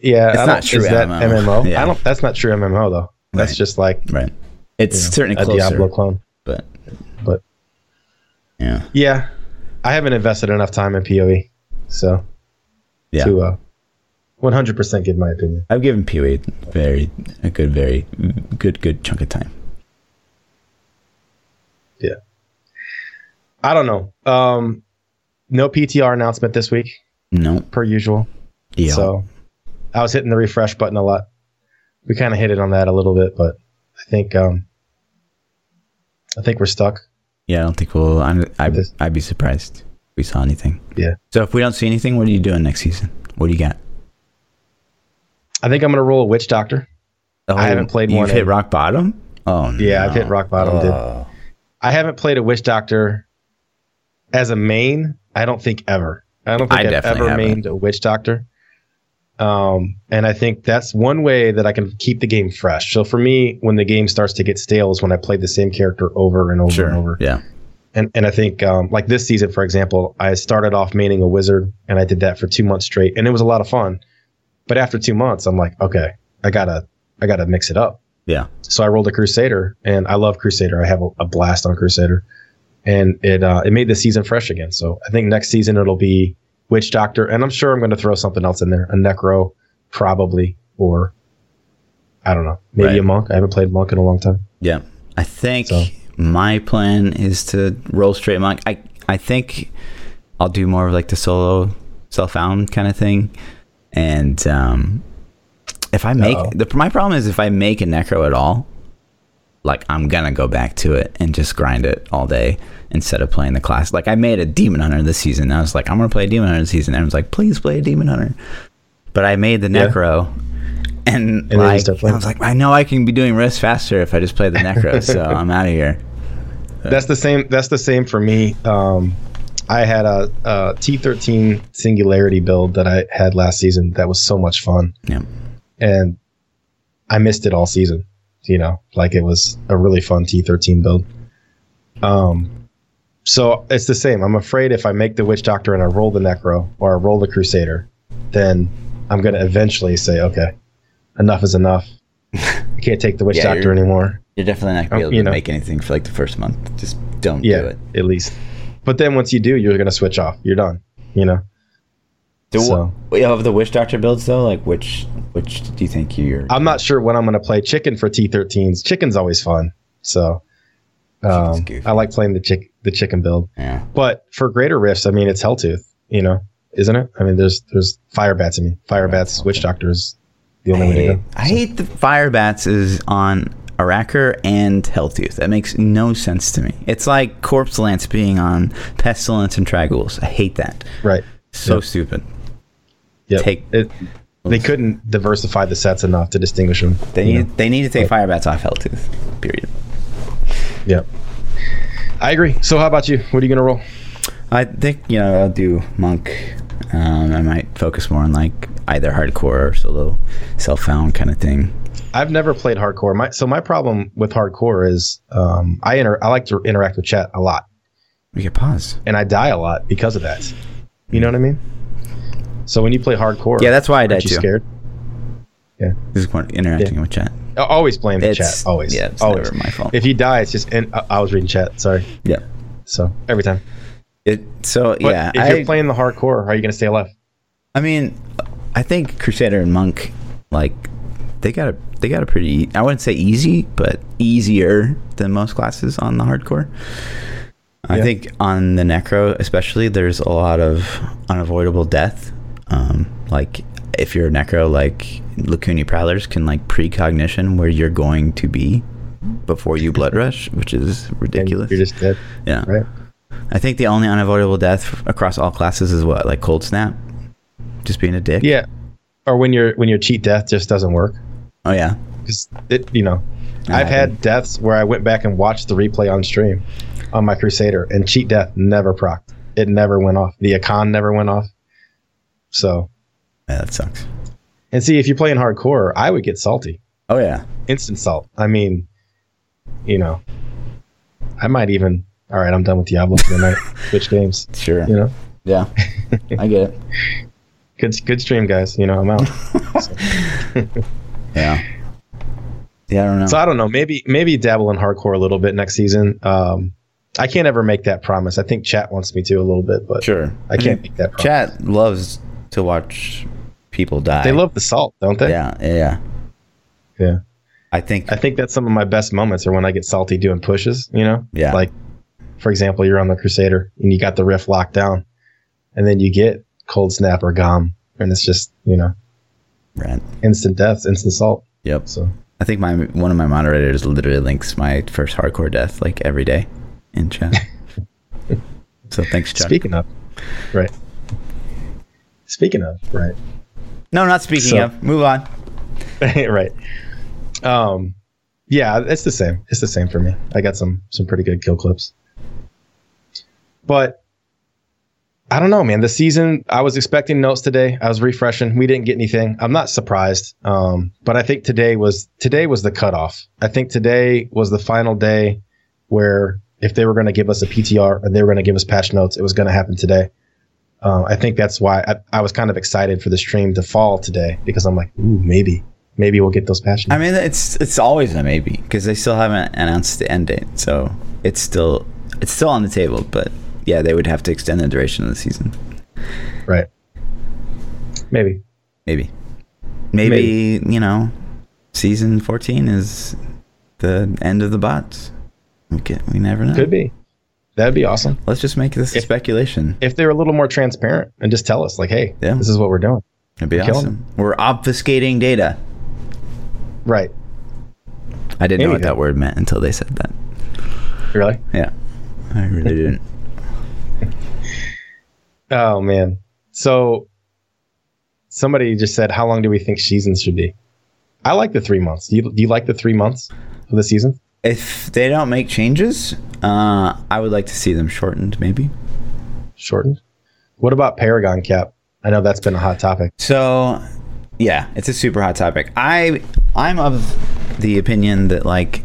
Yeah, It's I not don't- true Is that MMO. MMO? Yeah. I don't. That's not true MMO though. That's Right. just like right, it's you know, certainly a closer. Diablo clone. But But yeah, yeah, I haven't invested enough time in Poe, so yeah, to uh, 100% give my opinion. I've given Pee Wee very a good, very good, good chunk of time. I don't know. Um, no PTR announcement this week, No, per usual. Yeah. So I was hitting the refresh button a lot. We kind of hit it on that a little bit, but I think um, I think we're stuck. yeah, I don't think we'll. I'm, I, This- I'd be surprised if we saw anything. Yeah. So if we don't see anything, what are you doing next season? What do you got? I think I'm gonna roll a witch doctor. Oh, I haven't played you've one hit in- rock bottom. Oh Yeah, no. I've hit rock bottom, dude. Oh. I haven't played a witch doctor as a main. I don't think ever. I don't think I I have definitely ever haven't. mained a witch doctor. Um, and I think that's one way that I can keep the game fresh. So for me, when the game starts to get stale, is when I play the same character over and over Sure. and over. Yeah. And and I think um, like this season, for example, I started off maining a wizard, and I did that for two months straight, and it was a lot of fun. But after two months, I'm like, okay, I gotta I gotta mix it up. Yeah. So I rolled a crusader, and I love crusader. I have a, a blast on crusader, and it uh, it made the season fresh again. So I think next season it'll be witch doctor, and I'm sure I'm going to throw something else in there, a necro, probably, or I don't know, maybe Right. a monk. I haven't played monk in a long time. Yeah. I think So- my plan is to roll straight monk. I I think I'll do more of like the solo self found kind of thing. And um if I make Uh-oh. the my problem is if I make a necro at all, like I'm gonna go back to it and just grind it all day instead of playing the class. Like I made a demon hunter this season. I was like, I'm gonna play a demon hunter this season. Everyone's like, please play a demon hunter. But I made the Yeah. necro and, then you like, start I playing. was like, I know I can be doing risk faster if I just play the necro, so I'm out of here. That's the same. That's the same for me. Um, I had a, a T13 singularity build that I had last season. That was so much fun, Yeah, and I missed it all season. You know, like it was a really fun T13 build. Um, so it's the same. I'm afraid if I make the witch doctor and I roll the necro or I roll the crusader, then I'm gonna eventually say, okay, enough is enough. I can't take the witch Yeah, doctor you're- anymore. you're definitely not gonna Um, be able you to know. make anything for like the first month. Just don't Yeah, do it. at least. But then once you do, you're gonna switch off. You're done. You know. So- of the witch doctor builds though, like which which do you think you're? I'm not sure when I'm gonna play chicken for T13s. Chicken's always fun. So um, Chicken's goofy. I like playing the chick the chicken build. yeah, But for greater rifts, I mean it's Helltooth, you know, isn't it? I mean there's there's fire bats, I mean fire bats, witch doctors the I only way to hate, go. I hate the fire bats is on Arracker and Helltooth. That makes no sense to me. It's like corpse lance being on pestilence and tragoules. I hate that. Right. So Yeah. stupid. Yeah. Take- it, they couldn't diversify the sets enough to distinguish them. They you need know? they need to take fire bats off Helltooth. Period. Yeah. I agree. So how about you? What are you gonna roll? I think you know I'll do monk. Um, I might focus more on like either hardcore or solo, self-found kind of thing. I've never played hardcore. My so my problem with hardcore is um, I inter- I like to interact with chat a lot, We could pause. and I die a lot because of that. You know what I mean? So when you play hardcore, Yeah, that's why I died aren't you too. scared. This is more interacting with chat. I always blame the It's chat. Always. Yeah, it's always. never my fault. If you die, it's just. And I, I was reading chat. Sorry. yeah. So every time. It so But yeah. If I, you're playing the hardcore, how are you going to stay alive? I mean, I think Crusader and Monk, like, they got a they got a pretty e- I wouldn't say easy, but easier than most classes on the hardcore. I Yeah. think on the Necro, especially, there's a lot of unavoidable death. Um, like if you're a Necro, like Lacuni Prowlers can like precognition where you're going to be before you blood rush, which is And ridiculous. You're just dead, yeah, right? I think the only unavoidable death f- across all classes is what like cold snap, just being a dick. Yeah. Or when your when your cheat death just doesn't work. Oh yeah. because it you know Yeah, i've I had deaths where i went back and watched the replay on stream on my crusader and cheat death never procked it never went off the econ never went off so Yeah, that sucks. and see if you play in hardcore i would get salty Oh yeah. instant salt i mean you know i might even all right i'm done with diablo for the night switch games Sure. you know Yeah. I get it. good good stream guys you know i'm out Yeah. Yeah, I don't know. So I don't know. Maybe maybe dabble in hardcore a little bit next season. Um, I can't ever make that promise. I think chat wants me to a little bit, but sure. I can't mean, make that promise. Chat loves to watch people die. They love the salt, don't they? Yeah, yeah, yeah. Yeah. I think I think that's some of my best moments are when I get salty doing pushes. You know. Yeah. Like, for example, you're on the Crusader and you got the riff locked down, and then you get cold snap or gom and it's just you know Right. instant death, instant salt. Yep. So I think my one of my moderators literally links my first hardcore death like every day in chat. so thanks, Chuck. speaking of, right? Speaking of, right? no, not speaking So- of. Move on. right. Um, yeah, it's the same. It's the same for me. I got some some pretty good kill clips, but I don't know, man. The season I was expecting notes today. I was refreshing. We didn't get anything. I'm not surprised, um, but I think today was today was the cutoff. I think today was the final day where if they were going to give us a PTR and they were going to give us patch notes, it was going to happen today. Uh, I think that's why I, I was kind of excited for the stream to fall today because I'm like, ooh, maybe, maybe we'll get those patch I notes. mean, it's it's always a maybe because they still haven't announced the end date, so it's still it's still on the table. But yeah, they would have to extend the duration of the season. right. Maybe. Maybe. Maybe, you know, season 14 is the end of the bots. We, can, we never know. Could be. That'd be awesome. Let's just make this a If- speculation. If they were a little more transparent and just tell us, like, hey, Yeah. this is what we're doing. It'd be Kill 'em. awesome. We're obfuscating data. Right. I didn't There know you what go. that word meant until they said that. Really? Yeah. I really didn't. Oh, man. So somebody just said, how long do we think seasons should be? I like the three months. Do you, do you like the three months of the season? If they don't make changes, uh, I would like to see them shortened, maybe. Shortened? What about Paragon Cap? I know that's been a hot topic. So, yeah, it's a super hot topic. I I'm of the opinion that like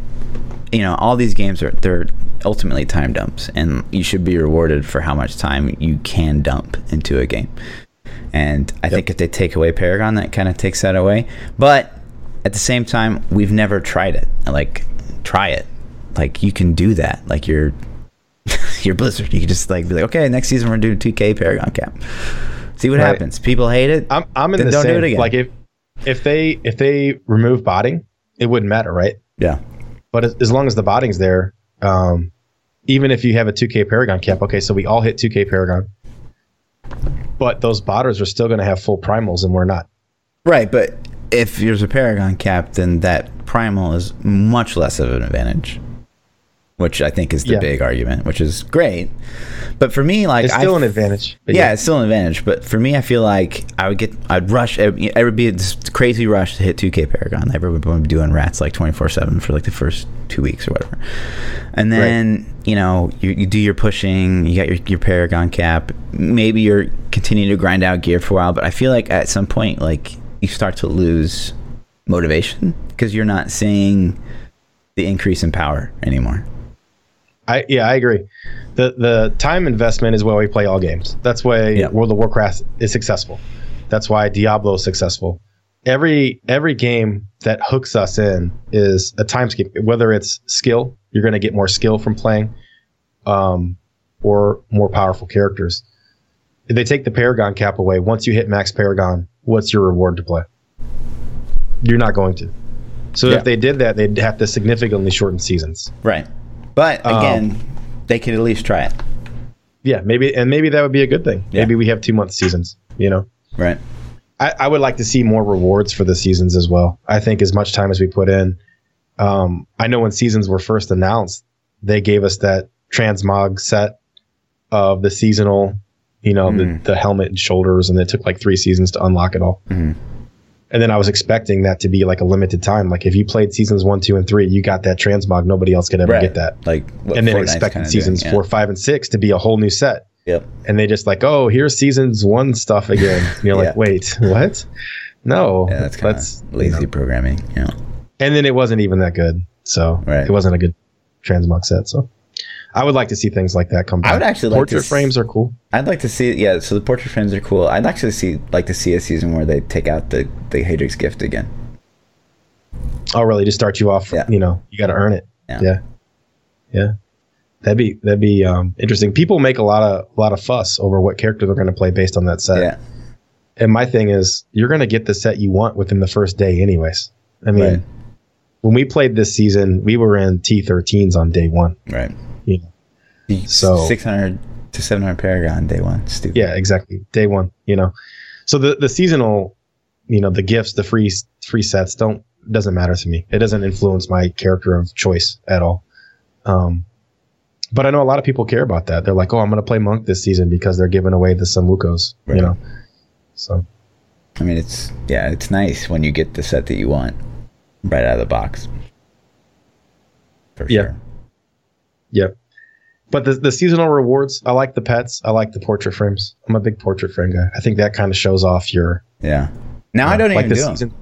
you know, all these games are they're ultimately time dumps and you should be rewarded for how much time you can dump into a game. And I think if they take away Paragon, that kind of takes that away. But at the same time, we've never tried it. Like try it. Like you can do that. Like you're you're Blizzard. You can just like be like, okay, next season we're doing 2K Paragon Cap. See what Right. happens. People hate it. I'm I'm in Then the don't do same. it again. Like if if they if they remove botting, it wouldn't matter, right? Yeah. But as, as long as the botting's there, um, even if you have a 2K Paragon cap, okay, so we all hit 2K Paragon, but those botters are still going to have full primals, and we're not. Right, but if there's a Paragon cap, then that primal is much less of an advantage. Which I think is the Yeah. big argument, which is great. But for me, like It's still I an advantage. but yeah, it's still an advantage. But for me, I feel like I would get, I'd rush. It would it would be this crazy rush to hit 2K Paragon. Everyone would be doing rats like 24 7 for like the first two weeks or whatever. And then, you know, you, you do your pushing, you got your, your Paragon cap. Maybe you're continuing to grind out gear for a while. But I feel like at some point, like, you start to lose motivation because you're not seeing the increase in power anymore. I yeah, I agree. The the time investment is why we play all games. That's why Yeah. World of Warcraft is successful. That's why Diablo is successful. Every every game that hooks us in is a time skip. Whether it's skill, you're going to get more skill from playing, um, or more powerful characters. If they take the Paragon cap away, once you hit max Paragon, what's your reward to play? You're not going to. So Yeah. if they did that, they'd have to significantly shorten seasons. Right. But Um, again, they could at least try it. Yeah, maybe and maybe that would be a good thing. Yeah. Maybe we have two month seasons. You know, Right. I, I would like to see more rewards for the seasons as well. I think as much time as we put in, um, I know when seasons were first announced, they gave us that transmog set of the seasonal, you know, Mm. the, the helmet and shoulders, and it took like three seasons to unlock it all. Mhm. And then I was expecting that to be like a limited time. Like if you played seasons one, two, and three, you got that transmog. Nobody else could ever Right. get that. like what and then Fortnite's expecting kinda seasons doing, yeah. four, five, and six to be a whole new set Yep. and they just like, oh, here's seasons one stuff again. And you're Yeah. like, wait, what? No, Yeah, that's kind that's- of lazy you know. programming. Yeah. And then it wasn't even that good, so Right. it wasn't a good transmog set. So I would like to see things like that come. Back. I would actually like portrait to s- frames are cool. I'd like to see. Yeah. So the portrait frames are cool. I'd actually see like to see a season where they take out the the Hadrix gift again. Oh, really? Just start you off. Yeah. You know, you got to earn it. Yeah. yeah, Yeah. That'd be that'd be um, interesting. People make a lot of a lot of fuss over what character they're going to play based on that set. yeah. And my thing is, you're going to get the set you want within the first day, anyways. I mean, Right. when we played this season, we were in T13s on day one. Right. Yeah. So- six hundred to seven hundred Paragon day one. Stupid. Yeah, exactly. Day one, you know. So the the seasonal, you know, the gifts, the free free sets don't doesn't matter to me. It doesn't influence my character of choice at all. Um, but I know a lot of people care about that. They're like, oh, I'm going to play monk this season because they're giving away the Samukos, Right. you know. So I mean, it's yeah, it's nice when you get the set that you want right out of the box. For Yeah. sure. Yep. But the, the seasonal rewards, I like the pets. I like the portrait frames. I'm a big portrait frame guy. I think that kind of shows off your. Yeah. Now I don't like even this do them season-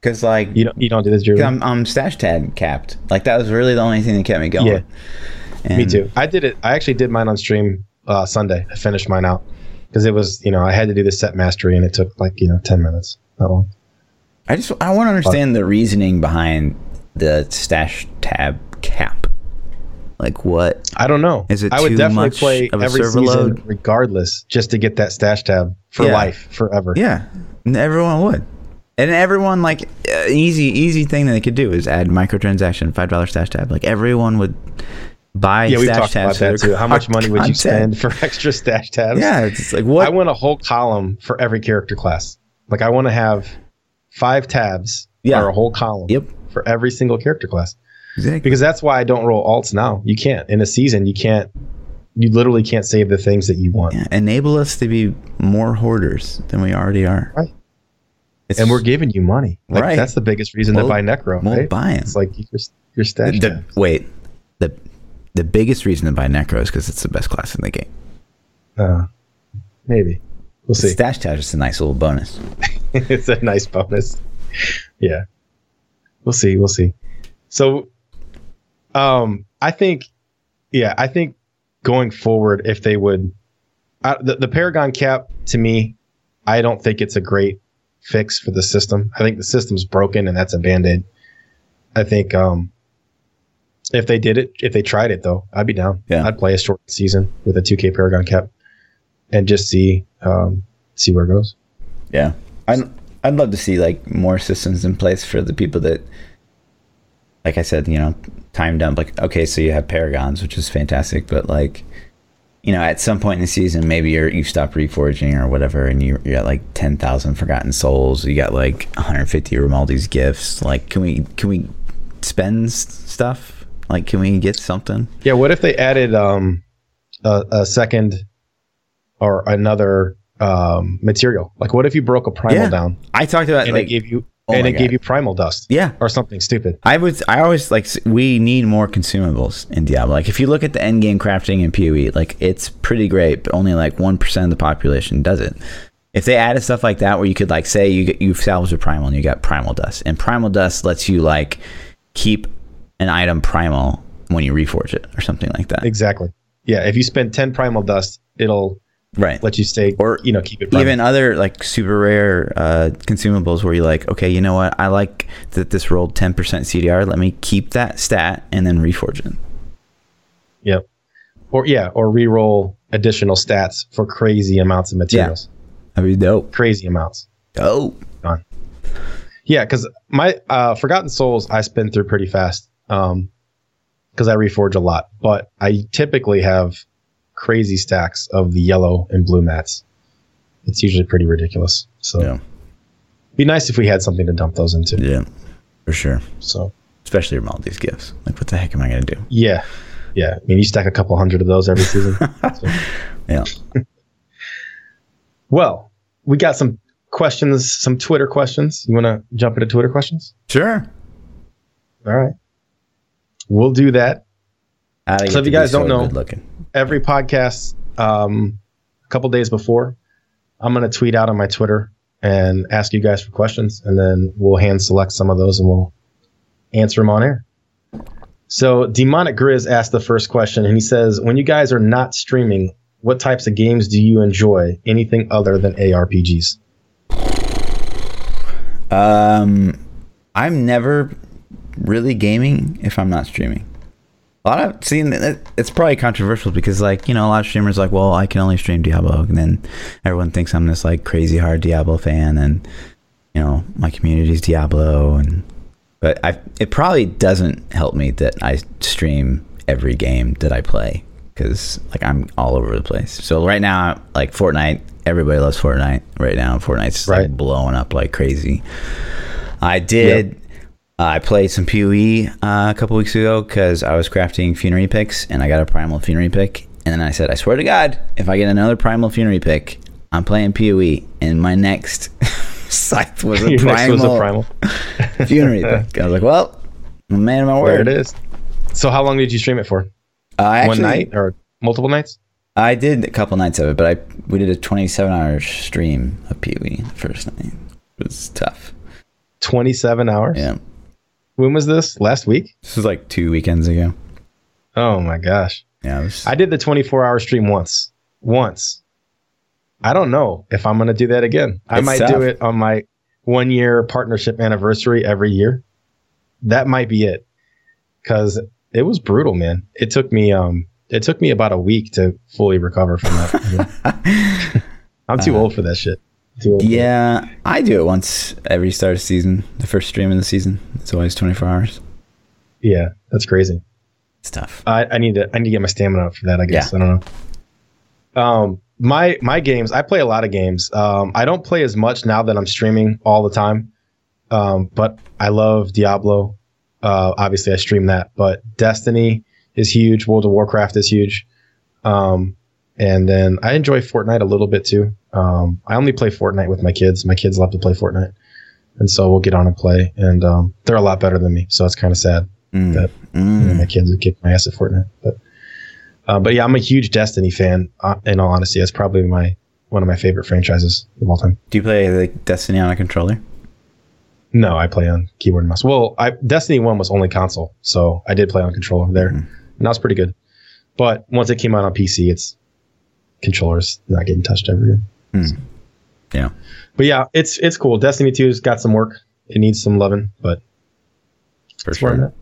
because like You don't. You don't do this, Drew. I'm, I'm stash tag capped. Like that was really the only thing that kept me going. Yeah. And Me too. I did it. I actually did mine on stream uh, Sunday. I finished mine out because it was you know I had to do the set mastery and it took like you know ten minutes. Not long. I just I want to understand the reasoning behind the stash tab cap. Like what? I don't know. Is it I would too definitely much play of a every server season load? regardless, just to get that stash tab for Yeah. life, forever. Yeah, and everyone would. And everyone like uh, easy easy thing that they could do is add microtransaction five dollar stash tab. Like everyone would buy. Yeah, we've stash talked about tabs for that their too. How much money would you content. spend for extra stash tabs? Yeah, it's just like what? I want a whole column for every character class. Like I want to have five tabs Yeah. or a whole column Yep. for every single character class. Exactly. Because that's why I don't roll alts now. You can't. In a season, you can't you literally can't save the things that you want. Yeah, enable us to be more hoarders than we already are. Right. It's, And we're giving you money. Like Right. that's the biggest reason We'll- to buy Necro, we'll right? buy 'em. It's like your your stash the, tab. wait. The the biggest reason to buy Necro is because it's the best class in the game. Uh, maybe. We'll see. Stash tab is a nice little bonus. it's a nice bonus. Yeah. We'll see. We'll see. So, um, I think, yeah, I think going forward, if they would, I, the, the Paragon cap to me, I don't think it's a great fix for the system. I think the system's broken and that's a band aid. I think, um, if they did it, if they tried it though, I'd be down. Yeah. I'd play a short season with a 2K Paragon cap and just see, um, see where it goes. Yeah, I'd I'd love to see like more systems in place for the people that, like I said, you know, time dump. Like, okay, so you have paragons, which is fantastic, but like, you know, at some point in the season, maybe you're you stop reforging or whatever, and you you got like ten thousand forgotten souls. You got like 150 Romaldi's gifts. Like, can we can we spend s- stuff? Like, can we get something? Yeah, what if they added um, a, a second or another um, material? Like, what if you broke a primal Yeah. down I talked about and like, it gave you oh and my it gave God. you primal dust yeah, or something stupid? I would. I always like. s- We need more consumables in Diablo. Like, if you look at the end game crafting in Poe, like it's pretty great, but only like one percent of the population does it. If they added stuff like that, where you could like say you get- you've salvaged a primal and you got primal dust, and primal dust lets you like keep an item primal when you reforge it or something like that. Exactly. Yeah, if you spend ten primal dust, it'll Right. let you stay Or or you know keep it. Primal. even other like super rare uh, consumables where you're like, okay, you know what? I like that this rolled 10% CDR. Let me keep that stat and then reforge it. Yep. Or yeah, or reroll additional stats for crazy amounts of materials. That'd be dope. Crazy amounts. Dope. Yeah, because my uh, Forgotten Souls I spin through pretty fast because I reforge a lot, but I typically have crazy stacks of the yellow and blue mats. It's usually pretty ridiculous. So Yeah. be nice if we had something to dump those into. Yeah, for sure. So Especially Romaldi's gifts. Like, what the heck am I gonna do? yeah, yeah. I mean, you stack a couple hundred of those every season. So- Yeah. Well, we got some questions, some Twitter questions. You want to jump into Twitter questions? Sure. All right, we'll do that. Allie So if gets to you be guys don't know- good looking. every podcast um, a couple days before i'm going to tweet out on my twitter and ask you guys for questions and then we'll hand select some of those and we'll answer them on air so demonic grizz asked the first question and he says when you guys are not streaming what types of games do you enjoy anything other than arpgs Um, I'm never really gaming if I'm not streaming. A lot of seeing it's probably controversial because like you know a lot of streamers like well I can only stream Diablo and then everyone thinks I'm this like crazy hard Diablo fan and you know my community's Diablo and but I it probably doesn't help me that I stream every game that I play because like I'm all over the place. So right now like Fortnite everybody loves Fortnite right now. Fortnite's like Right. blowing up like crazy. I did. Uh, I played some PoE uh, a couple weeks ago because I was crafting funerary picks and I got a primal funerary pick. And then I said, I swear to God, if I get another primal funerary pick, I'm playing PoE. And my next scythe was a Your next primal, was a primal. funerary pick. I was like, well, I'm a man of my There it word. Uh, is. So how long did you stream it for? I actually, One night or multiple nights? I did a couple nights of it, but I we did a 27 hour stream of Pee Wee the first night. It was tough. 27 hours. Yeah. When was this? Last week? This was like two weekends ago. Oh my gosh. Yeah. It was, I did the 24 hour stream once. Once. I don't know if I'm going to do that again. I It's might tough. do it on my one year partnership anniversary every year. That might be it. Cause it was brutal, man. It took me, um, it took me about a week to fully recover from that. I'm too old for that shit. Too old for that. yeah. I do it once every start of season, the first stream of the season. It's always 24 hours. Yeah. That's crazy. It's tough. I, I need to I need to get my stamina up for that. I guess I don't know. Um, my my games. I play a lot of games. Um, I don't play as much now that I'm streaming all the time. Um, but I love Diablo. Uh, obviously, I stream that. But Destiny is huge. World of Warcraft is huge. Um, and then I enjoy Fortnite a little bit too. Um, I only play Fortnite with my kids. My kids love to play Fortnite, and so we'll get on and play. And um, they're a lot better than me, so it's kind of sad. Mm. that- Mm. Yeah, my kids would kick my ass at Fortnite. But, uh, but yeah, I'm a huge Destiny fan. Uh, in all honesty, that's probably my one of my favorite franchises of all time. Do you play like Destiny on a controller? No, I play on keyboard and mouse. Well, I, Destiny One was only console, so I did play on controller there, Mhm. and that was pretty good. But once it came out on PC, it's controllers not getting touched ever again. Hmm. So- Yeah. But yeah, it's it's cool. Destiny Two's got some work. It needs some loving, but For it's where I'm sure. at.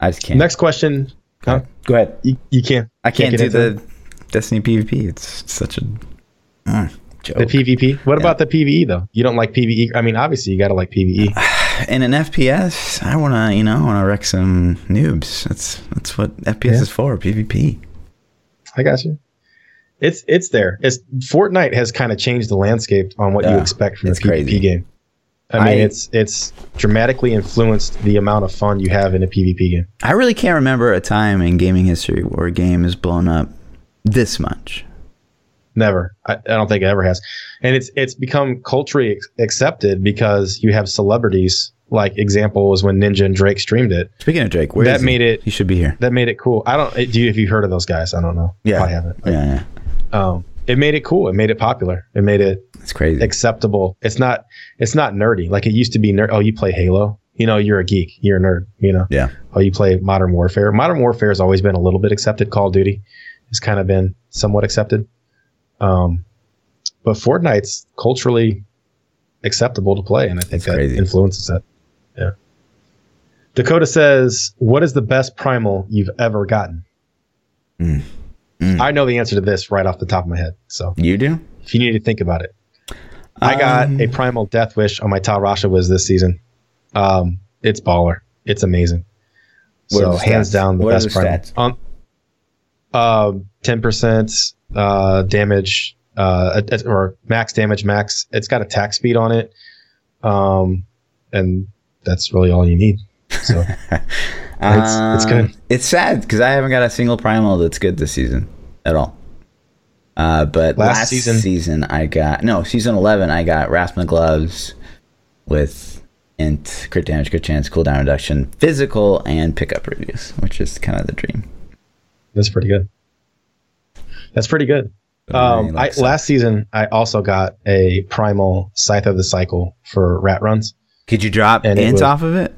I just can't. Next question. Go ahead. Go ahead. You, you can't. I can't, get do into the Destiny PvP. It's such a mm, joke. The PvP. What Yeah. about the PvE though? You don't like PvE? I mean, obviously you gotta like E. PvE. in an FPS, I want to, you know, I want to wreck some noobs. That's that's what FPS Yeah. is for, PvP. I got you. It's it's there. It's Fortnite has kind of changed the landscape on what you Yeah, expect from a it's PvP crazy. game. I I- mean, it's it's dramatically influenced the amount of fun you have in a PvP game. I really can't remember a time in gaming history where a game has blown up this much. Never. I, I don't think it ever has. And it's it's become culturally ex- accepted because you have celebrities. Like example was when Ninja and Drake streamed it. Speaking of Drake, where That is he? made it- He should be here. That made it cool. I don't. Do you, have you heard of those guys? I don't know. Yeah. I haven't. Yeah, yeah, Um, it made it cool. It made it popular. It made it it's crazy. acceptable. It's not it's not nerdy. Like it used to be nerd. Oh, you play Halo? You know, you're a geek. You're a nerd. You know. Yeah. Oh, you play Modern Warfare. Modern Warfare has always been a little bit accepted. Call of Duty has kind of been somewhat accepted. Um, but Fortnite's culturally acceptable to play, and I think That's that crazy. influences that. Yeah. Dakota says, "What is the best primal you've ever gotten?" Mm. Mm. I know the answer to this right off the top of my head. So you do? if you need to think about it. I got Um, a primal death wish on my Tal Rasha was this season. Um, it's baller. It's amazing. What are So the hands stats? down the What are best the stats? primal. Um, ten percent uh, damage, uh, at- or max damage, max. It's got attack speed on it, um, and that's really all you need. So it's- it's um, good. It's sad because I haven't got a single primal that's good this season at all. Uh, but last, Last season, season- I got no season eleven. I got Rasma gloves with int crit damage, crit chance, cooldown reduction, physical, and pickup radius, which is kind of the dream. that's pretty good. That's pretty good. But my Um, I, luck sucks. last season, I also got a primal scythe of the cycle for rat runs. could you drop and it int was- off of it?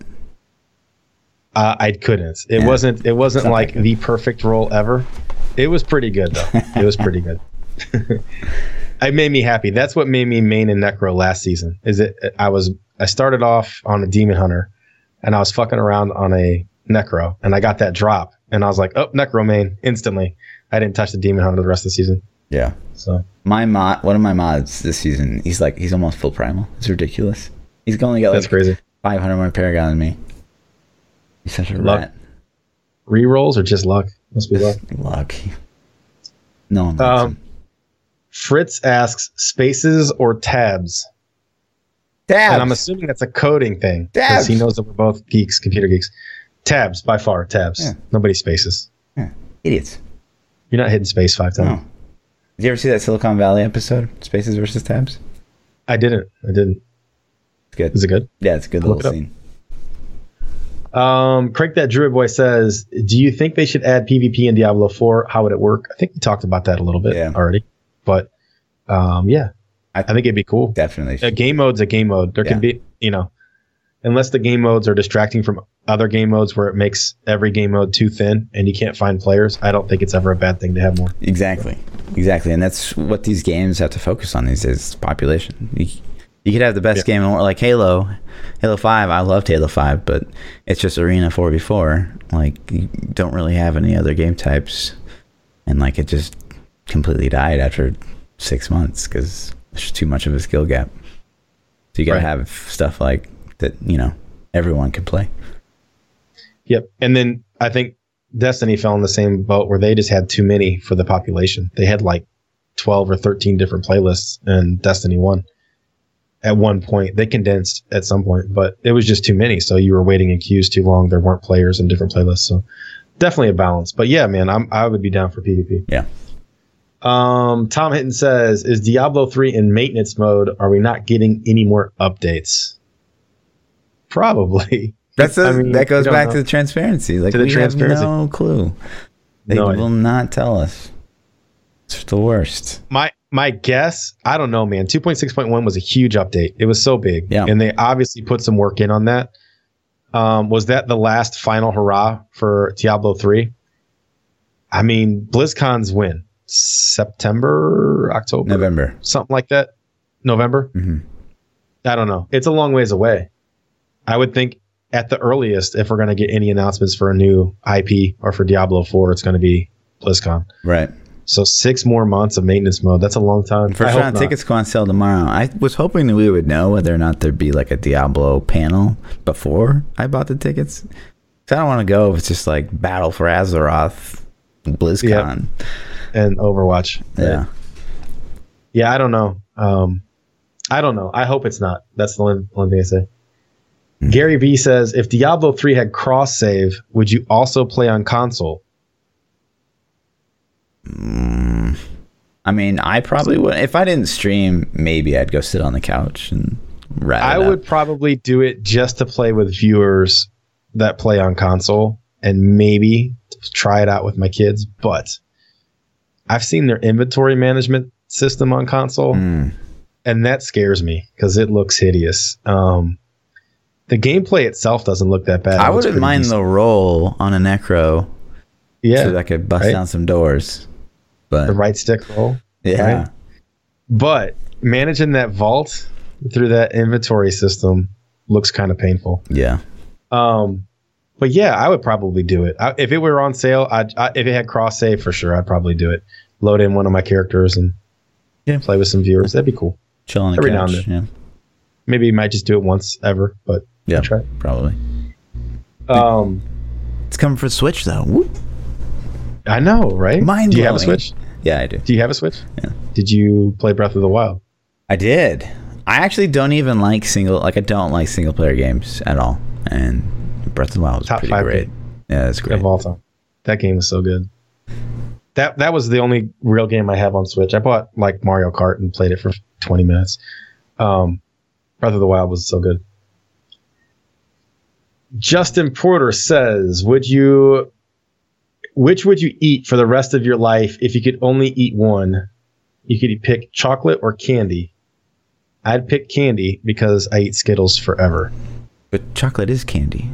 Uh, I couldn't. It Yeah. wasn't. It wasn't Sounds like like it. the perfect roll ever. It was pretty good though. it was pretty good. it made me happy. That's what made me main in Necro last season. Is it? I was. I started off on a demon hunter, and I was fucking around on a Necro, and I got that drop, and I was like, "Oh, Necro main!" Instantly. I didn't touch the demon hunter the rest of the season. Yeah. So My mod, one of my mods this season, he's like he's almost full primal. It's ridiculous. He's only got that's like crazy. five hundred more paragon than me. He's such a Luck. rat. Re rolls or just luck? Must be luck. Luck. No one likes Um, him. Fritz asks spaces or tabs, Tabs. and I'm assuming that's a coding thing because Tabs. he knows that we're both geeks, computer geeks. Tabs by far, tabs. Yeah. Nobody spaces. Idiots. You're not hitting space five times. No. Did you ever see that Silicon Valley episode, Spaces versus Tabs? I didn't. I didn't. It's good. Is it good? Yeah, it's a good Look little it scene. Um, Crank that Druid boy says, "Do you think they should add PvP in Diablo 4? How would it work?" I think we talked about that a little bit Yeah. already, but um, yeah, I, I- I think it'd be cool. Definitely. A game mode's a game mode. There Yeah. can be, you know, unless the game modes are distracting from other game modes where it makes every game mode too thin and you can't find players. I don't think it's ever a bad thing to have more. Exactly. Exactly. And that's what these games have to focus on these days is population. You, you could have the best Yeah. game in the world, like Halo, Halo 5. I loved Halo 5, but it's just Arena 4v4. Like, you don't really have any other game types. And, like, it just completely died after six months because there's too much of a skill gap. So you got to Right. have stuff like that, you know, everyone can play. Yep. And then I think Destiny fell in the same boat where they just had too many for the population. They had like 12 or 13 different playlists and Destiny 1 at one point. They condensed at some point, but it was just too many. So you were waiting in queues too long. There weren't players in different playlists. So definitely a balance. But yeah, man, I'm, I would be down for PvP. Yeah. Um, Tom Hinton says, "Is Diablo 3 in maintenance mode? Are we not getting any more updates?" Probably. That's I a- mean, that goes we don't back know. to the transparency. Like To the we transparency. have no clue. They No idea. will not tell us. It's the worst. my my guess i don't know man 2.6.1 was a huge update it was so big Yeah. and they obviously put some work in on that um, was that the last final hurrah for diablo 3 i mean blizzcon's win september october November. something like that november hmm i don't know it's a long ways away i would think at the earliest if we're going to get any announcements for a new ip or for diablo 4 it's going to be blizzcon Right. so six more months of maintenance mode that's a long time I First hope round not. tickets go on sale tomorrow. I was hoping that we would know whether or not there'd be like a Diablo panel before I bought the tickets. 'Cause I don't want to go if it's just like Battle for Azeroth, BlizzCon. and Overwatch. Yeah. Yeah, I don't know. Um, I don't know. I hope it's not. That's the only, only thing I say. Hmm. Gary V says, if Diablo 3 had cross save, would you also play on console? I mean, I probably would. If I didn't stream, maybe I'd go sit on the couch and rat I it out. would probably do it just to play with viewers that play on console and maybe try it out with my kids. But I've seen their inventory management system on console. Mm. and that scares me because it looks hideous. Um, the gameplay itself doesn't look that bad. It I looks wouldn't pretty mind decent. the roll on a necro yeah so that I could bust right? down some doors. the But right stick roll, yeah, right? but managing that vault through that inventory system looks kind of painful. yeah, Um, but yeah, I would probably do it I, if it were on sale. I'd, I if it had cross save for sure, I'd probably do it. Load in one of my characters and Yeah. play with some viewers. That'd be cool. chill on the Every now couch. Maybe you might just do it once ever, but Yeah, yeah, try. it. probably. Um, It's coming for Switch though. Woo. I know, right? Mind Do you have a blowing. switch? Yeah, I do. Do you have a Switch? Yeah. Did you play Breath of the Wild? I did. I actually don't even like single. Like I don't like single player games at all. And Breath of the Wild was Top pretty five great. Yeah, it's great. Of all time. That game was so good. That that was the only real game I have on Switch. I bought like Mario Kart and played it for 20 minutes. Um, Breath of the Wild was so good. Justin Porter says, "Would you which would you eat for the rest of your life if you could only eat one? You could pick chocolate or candy. I'd pick candy because I eat Skittles forever." But chocolate is candy.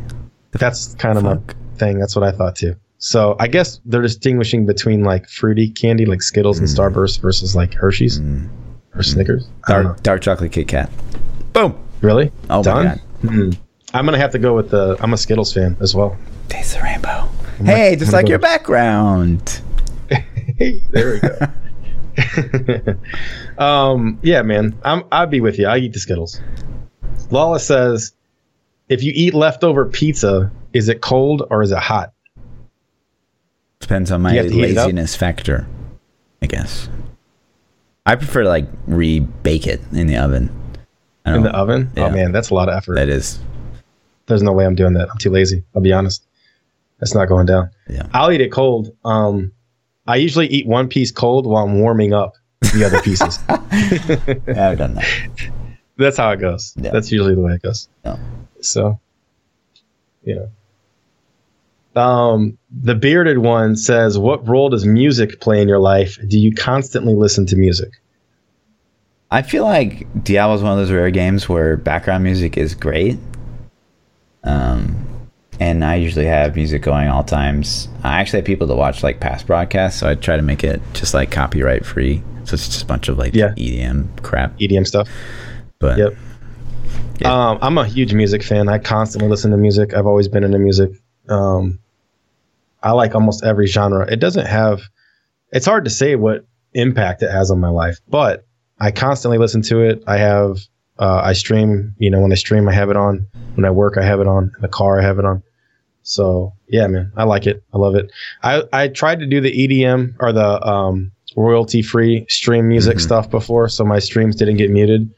That's kind of Fuck. my thing. That's what I thought too. So I guess they're distinguishing between like fruity candy, like Skittles and Starburst, versus like Hershey's Mm. or Snickers. I don't know. Dark, dark chocolate Kit Kat. Boom. Really? Oh Done? my god. Hmm. I'm gonna have to go with the. I'm a Skittles fan as well. Taste the rainbow. Hey, just I'm like gonna go your with- background. Hey, there we go. um, yeah, man, I'm. I'd be with you. I eat the Skittles. Lala says, if you eat leftover pizza, is it cold or is it hot? Depends on You my have to heat it up? laziness factor, I guess. I prefer to like re-bake it in the oven. I in don't- the oven. Yeah. Oh man, that's a lot of effort. That is, There's no way I'm doing that. I'm too lazy. I'll be honest. That's not going down. yeah. I'll eat it cold. Um, I usually eat one piece cold while I'm warming up the other pieces. yeah, I've done that. That's how it goes. Yeah. That's usually the way it goes. Yeah. So, you know. Um, the bearded one says, "What role does music play in your life? Do you constantly listen to music?" I feel like Diablo's one of those rare games where background music is great. Um, and I usually have music going all times. I actually have people that watch like past broadcasts, so I try to make it just like copyright free. So it's just a bunch of like Yeah. EDM crap. EDM E stuff. But Yep. Yeah. Um, I'm a huge music fan. I constantly listen to music. I've always been into music. Um, I like almost every genre. It doesn't have. It's hard to say what impact it has on my life, but I constantly listen to it. I have. Uh, I stream. You know, when I stream, I have it on. When I work, I have it on. In the car, I have it on. So yeah, man, I like it. I love it. I I tried to do the EDM or the um, royalty free stream music Mhm. stuff before, so my streams didn't get muted.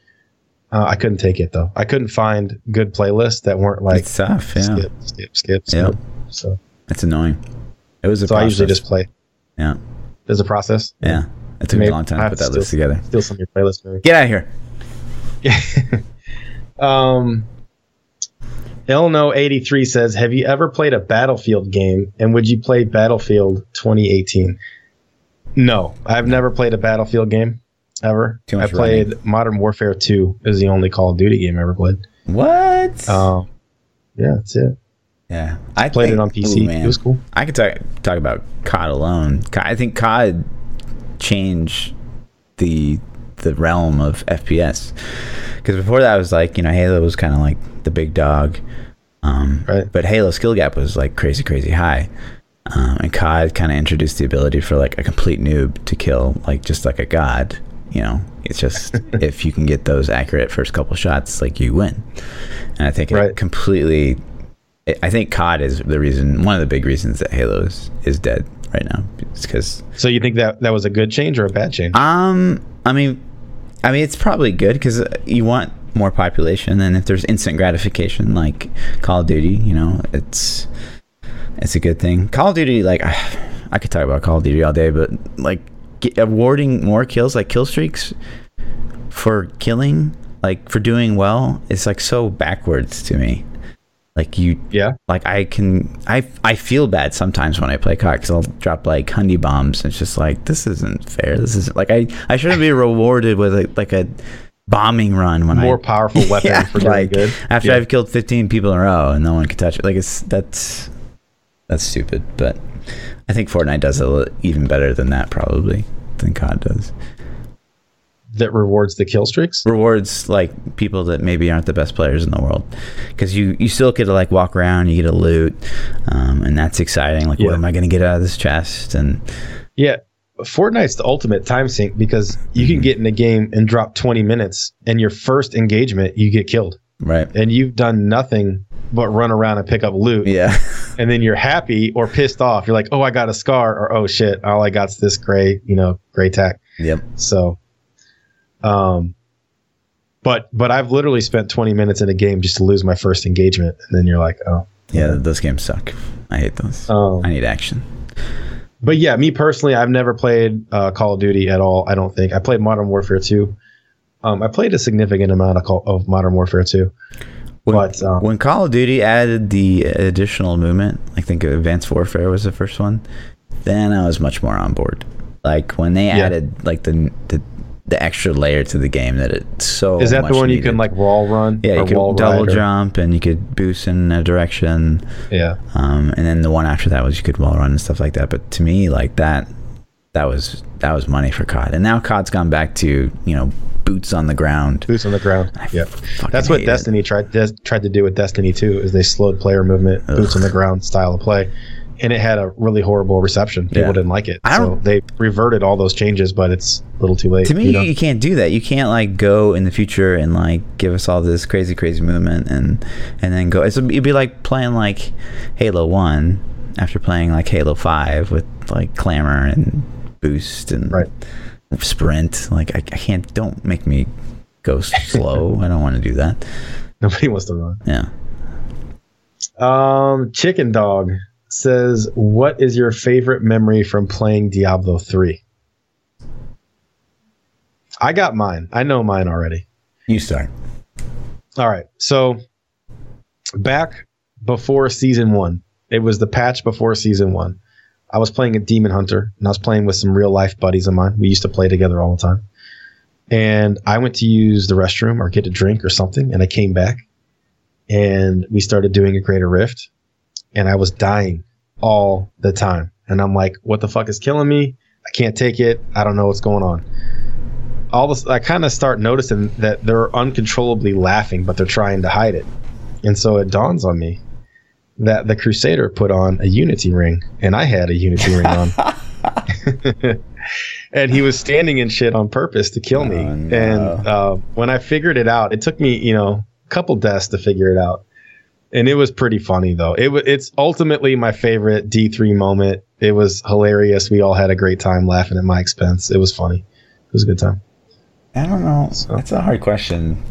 Uh, I couldn't take it though. I couldn't find good playlists that weren't like it's tough. Yeah. skip, skip, skip, Yeah. skip. So, It's annoying. It was a so I usually process. just play. Yeah. There's a process. Yeah. It took me a Maybe long time to I have put to that still- list together. Steal some of your playlist, maybe. Get out of here. Um, Ilno83 says, Have you ever played a Battlefield game? And would you play Battlefield 2018? No, I've never played a Battlefield game ever. Too I much played Modern Warfare 2 is the only Call of Duty game I ever played. What? Um, yeah, that's it. yeah. I Played think- it on PC. Ooh, man. it was cool. I could talk talk about COD alone. Co- I think COD changed the the realm of FPS because before that I was like you know Halo was kind of like the big dog, um, Right. but Halo skill gap was like crazy crazy high, um, and COD kind of introduced the ability for like a complete noob to kill like just like a god. You know, it's just if you can get those accurate first couple shots, like you win. And I think it Right. completely I- I think COD is the reason, one of the big reasons that Halo is, is dead right now. It's because, So you think that that was a good change or a bad change? um, I mean, I mean, it's probably good because you want more population, and if there's instant gratification like Call of Duty, you know, it's it's a good thing. Call of Duty, like, I could talk about Call of Duty all day, but like get, awarding more kills, like kill streaks, for killing, like for doing well, it's like so backwards to me. Like you yeah. like I can I I feel bad sometimes when I play COD because I'll drop like honey bombs. And it's just like this isn't fair. This isn't like I I shouldn't be rewarded with a, like a bombing run when More I powerful weapon Yeah, for doing like, good. after Yeah. I've killed 15 people in a row and no one can touch it. Like it's that's that's stupid. But I think Fortnite does it a little, even better than that probably than COD does. that rewards the kill streaks. rewards like people that maybe aren't the best players in the world because you you still get to like walk around you get to loot um, and that's exciting like Yeah. what am i going to get out of this chest and Yeah. Fortnite's the ultimate time sink because you can get in a game and drop 20 minutes and your first engagement you get killed right and you've done nothing but run around and pick up loot yeah and then you're happy or pissed off you're like oh I got a scar or oh shit all I got's this gray you know gray tack yep so um but but I've literally spent 20 minutes in a game just to lose my first engagement and then you're like oh yeah those games suck i hate those um, i need action but yeah, me personally, I've never played uh, Call of Duty at all. I don't think I played Modern Warfare two. Um, I played a significant amount of Call of Modern Warfare two. when, But, um, when call of duty added the additional movement i think advanced warfare was the first one then i was much more on board like when they Yeah. added like the, the the extra layer to the game that it's so Is that the much one you needed. can like wall run? Yeah, you or could wall double ride or- jump and you could boost in a direction. Yeah, Um, and then the one after that was you could wall run and stuff like that. But to me, like that, that was that was money for COD. And now COD's gone back to you know boots on the ground. boots on the ground. Yeah, Fucking that's what hate it. Destiny tried des- tried to do with Destiny two. Is they slowed player movement, boots on the ground style of play, and it had a really horrible reception. People Yeah. didn't like it, I so don't- they reverted all those changes. But it's a little too late. To me, you you, know? can't do that. You can't like go in the future and like give us all this crazy, crazy movement and and then go. It's, it'd be like playing like Halo One after playing like Halo Five with like clamor and boost and Right. sprint. Like I, I can't. Don't make me go slow. I don't want to do that. Nobody wants to run. Yeah. Um, Chicken Dog says, "What is your favorite memory from playing Diablo 3?" I got mine. I know mine already. You start. All right. So back before season 1, it was the patch before season 1. I was playing a Demon Hunter and I was playing with some real life buddies of mine. We used to play together all the time. And I went to use the restroom or get a drink or something and I came back and we started doing a greater rift and I was dying all the time. And I'm like, what the fuck is killing me? I can't take it. I don't know what's going on. All this, I kind of start noticing that they're uncontrollably laughing, but they're trying to hide it. And so it dawns on me that the Crusader put on a Unity ring, and I had a Unity ring on. and he was standing in shit on purpose to kill me. Oh, no. And uh, when I figured it out, it took me, you know, a couple deaths to figure it out. And it was pretty funny though. It was it's ultimately my favorite D3 moment. It was hilarious. We all had a great time laughing at my expense. It was funny. It was a good time. I don't know. So- That's a hard question.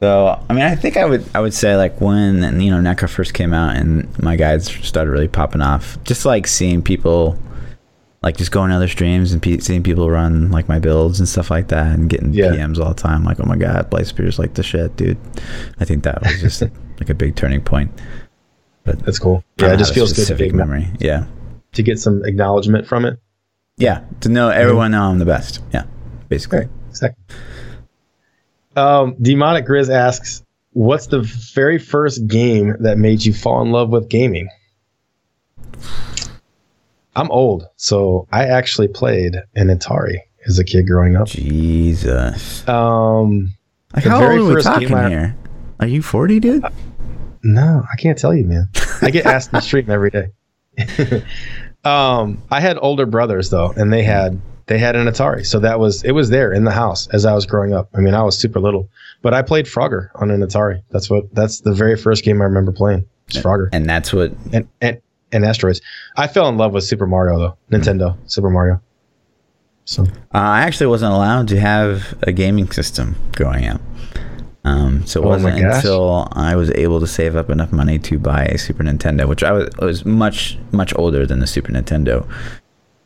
So I mean, I think I would I would say like when and you know NECA first came out and my guides started really popping off. Just like seeing people, like just going to other streams and pe- seeing people run like my builds and stuff like that and getting Yeah. PMs all the time. Like oh my god, Blaze Spear's like the shit, dude. I think that was just like a big turning point. That's cool. I Yeah, don't it just have a feels good to, specific be- memory. Yeah, to get some acknowledgement from it. yeah. To know everyone know I'm the best. Yeah, basically. Mm-hmm. Right. Exactly. Um, Demonic Grizz asks, "What's the very first game that made you fall in love with gaming?" I'm old, so I actually played an Atari as a kid growing up. Jesus. Um, Like, The how very old are we first game talking I- here? Are you 40, dude? No, I can't tell you, man. I get asked in the stream every day. um, I had older brothers though, and they had they had an Atari, so that was it was there in the house as I was growing up. I mean, I was super little, but I played Frogger on an Atari. That's what that's the very first game I remember playing. It's Frogger And that's what and and and Asteroids. I fell in love with Super Mario though, Nintendo Super Mario. So Uh, I actually wasn't allowed to have a gaming system growing up. Um, so it Oh my wasn't gosh. until I was able to save up enough money to buy a Super Nintendo, which I was, I was much, much older than the Super Nintendo.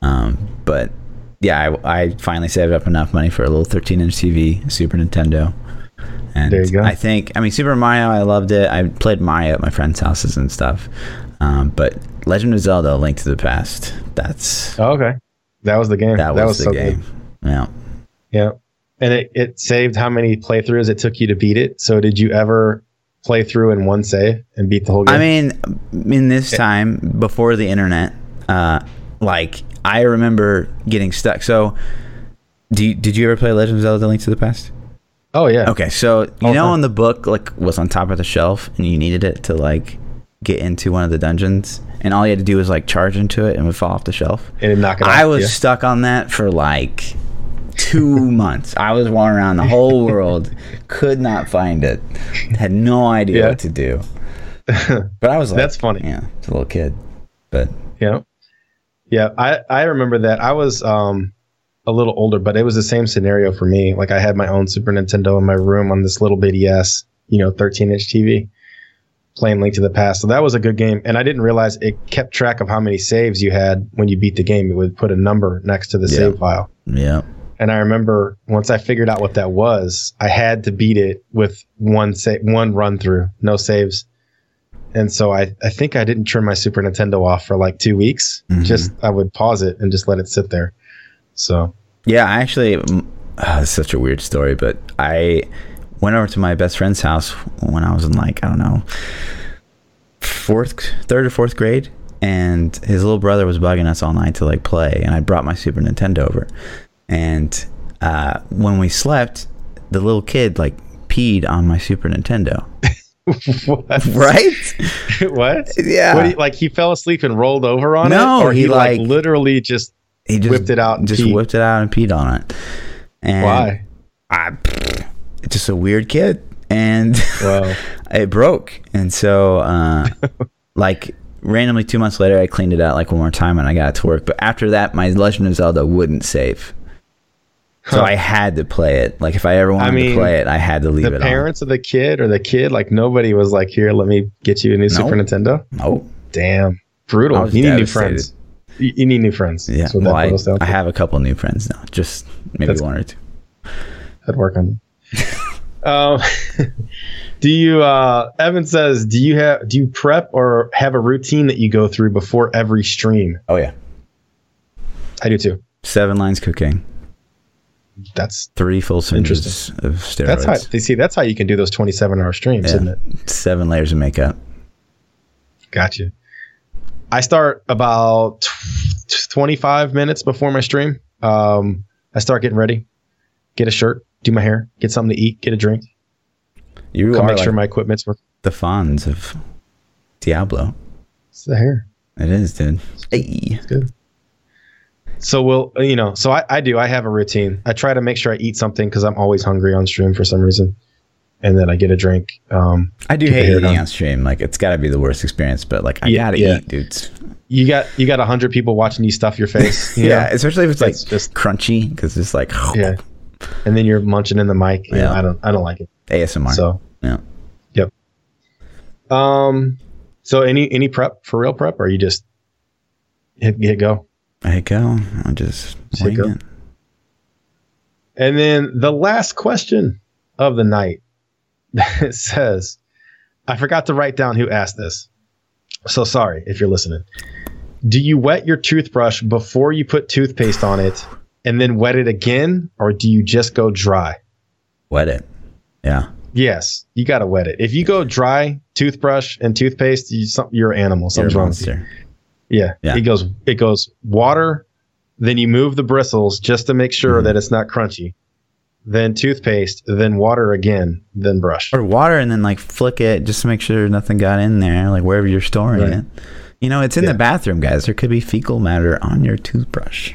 Um, but yeah, I, I finally saved up enough money for a little 13 inch TV, Super Nintendo. And There you go. I think, I mean, Super Mario, I loved it. I played Mario at my friends' houses and stuff. Um, but Legend of Zelda, A Link to the Past, that's, oh, okay, that was the game. that was, the so good. game. Yeah. Yeah. And it, it saved how many playthroughs it took you to beat it. So did you ever play through in one save and beat the whole game? I mean, in this time before the internet, uh, like I remember getting stuck. So, do you, did you ever play Legend of Zelda: Link to the Past? oh yeah. Okay, so uh, you All know, time. on the book, like was on top of the shelf, and you needed it to like get into one of the dungeons, and all you had to do was like charge into it, and it would fall off the shelf. And it knocked it I off, was yeah. stuck on that for like two months. I was wandering around the whole world, could not find it, had no idea Yeah. what to do. But I was like, That's funny. Yeah, it's a little kid, but Yeah. Yeah. I, I remember that. I was um a little older, but it was the same scenario for me. Like I had my own Super Nintendo in my room on this little bitty ass, you know, 13 inch TV playing Link to the Past. So that was a good game. And I didn't realize it kept track of how many saves you had when you beat the game. It would put a number next to the Yeah. save file. yeah, And I remember once I figured out what that was, I had to beat it with one sa- one run through, no saves. And so I, I think I didn't turn my Super Nintendo off for like two weeks. Mhm. Just I would pause it and just let it sit there. So yeah. I actually, mm, ah, it's such a weird story, but I went over to my best friend's house when I was in like I don't know fourth, third or fourth grade, and his little brother was bugging us all night to like play, and I brought my Super Nintendo over, and uh, when we slept, the little kid like peed on my Super Nintendo, what? right? what? Yeah. What do you, like he fell asleep and rolled over on No, it, or he, he, like, like- literally just he just Whipped it out and just peed. whipped it out and peed on it. And why? I, pfft, just a weird kid, and Wow. it broke. And so, uh, like randomly, two months later, I cleaned it out like one more time, and I got it to work. But after that, my Legend of Zelda wouldn't save. So I had to play it. Like if I ever wanted I mean, to play it, I had to leave the it parents of the kid or the kid, like nobody was like, "Here, let me get you a new Super Nintendo." on. Oh, Damn, I brutal. was You need new devastated. friends. You, you need new friends. yeah. That's what Well, that I, boils down I to. have a couple new friends now. Just maybe That's- one or two. I'd work on. it. um, do you? Uh, Evan says, do you have? Do you prep or have a routine that you go through before every stream? Oh yeah. I do too. Seven lines cooking, That's three full syringes of steroids, that's how they see. That's how you can do those twenty-seven hour streams, Yeah. isn't it? seven layers of makeup. Gotcha. I start about tw- 25 minutes before my stream. Um, I start getting ready, get a shirt, do my hair, get something to eat, get a drink, You come are make like sure my equipment's working. the Fonz of Diablo. It's the hair. It is, dude. Hey. So we'll, you know, so I, I do. I have a routine. I try to make sure I eat something because I'm always hungry on stream for some reason, and then I get a drink. Um, I do Keep the hate hair eating down. on stream. Like it's got to be the worst experience, but like I Yeah, gotta yeah. eat, dudes. you got you got a hundred people watching you stuff your face. you Yeah, know? especially if it's, It's like just- crunchy because it's like yeah. And then you're munching in the mic. Yeah, Yeah. I don't I don't like it. ASMR. So yeah. Yep. Um. So any any prep for real prep, or you just hit hit go? I go. I just Just wing go. it. And then the last question of the night it says, "I forgot to write down who asked this, so sorry if you're listening." Do you wet your toothbrush before you put toothpaste on it, and then wet it again, or do you just go dry? wet it. Yeah. Yes, you gotta wet it. If you go dry toothbrush and toothpaste, you, some, you're an animal. You're Something's a wrong with you. monster. Yeah. Yeah. It goes it goes water, then you move the bristles just to make sure Mhm. that it's not crunchy. Then toothpaste, then water again, then brush. Or water and then like flick it just to make sure nothing got in there, like wherever you're storing Right. it. You know, it's in Yeah. the bathroom, guys. There could be fecal matter on your toothbrush.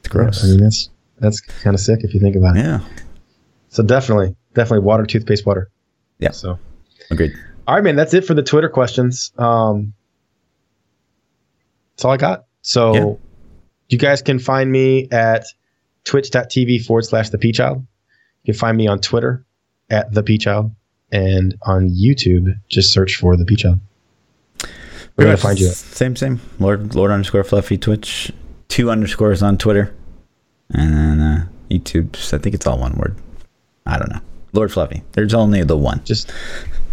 It's gross. I mean that's that's kind of sick if you think about it. yeah. So definitely, definitely water, toothpaste, water. Yeah. So Agreed. all right, man, that's it for the Twitter questions. Um that's all I got. So Yeah. you guys can find me at twitch.tv forward slash the peachild. You can find me on Twitter at the peachild and on YouTube, just search for the peachild. We're gonna Pretty much find you. at? Same, same. Lord, Lord underscore Fluffy Twitch. Two underscores on Twitter, and then uh, YouTube. I think it's all one word. I don't know. Lord Fluffy. There's only the one. Just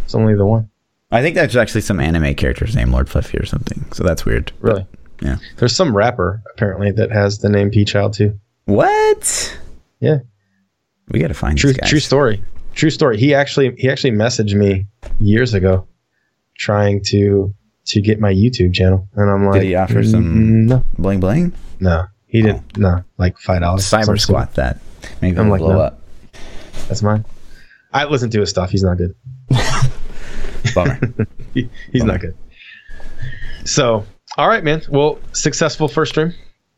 it's only the one. I think that's actually some anime character's name, Lord Fluffy or something. So that's weird. Really? Yeah. There's some rapper apparently that has the name Peachild too. What? Yeah. We gotta find True these guys. true story. True story. He actually he actually messaged me years ago trying to to get my YouTube channel. And I'm like he offer "Mm, some- no. Bling bling. No. He didn't no, like five dollars. Cyber squat that. Maybe I'm it'll like, blow no. up. That's mine. I listen to his stuff. He's not good. Bummer. He- he's not good. So, all right, man. Well, successful first stream.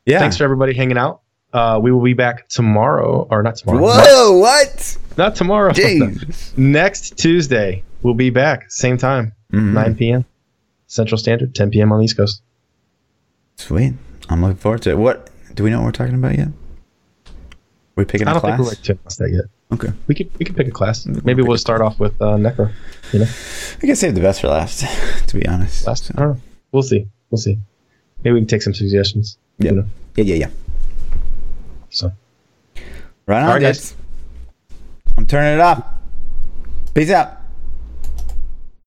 yeah. Thanks for everybody hanging out. Uh, we will be back tomorrow, or not tomorrow. Whoa! What? Not tomorrow. Jeez. Next Tuesday, we'll be back. Same time, Mhm. 9 p.m. Central Standard, 10 p.m. on the East Coast. Sweet. I'm looking forward to it. What? Do we know what we're talking about yet? we picking I a don't class? think we're ready to announce that yet. Okay. We could we could pick a class. We'll Maybe pick we'll a start off with uh, Necro. You know, I guess save the best for last, to be honest. last. I don't know. We'll see. We'll see. Maybe we can take some suggestions. Yeah. You know, Yeah, yeah, yeah. so. Right on, All right, guys. dudes. I'm turning it off. Peace out.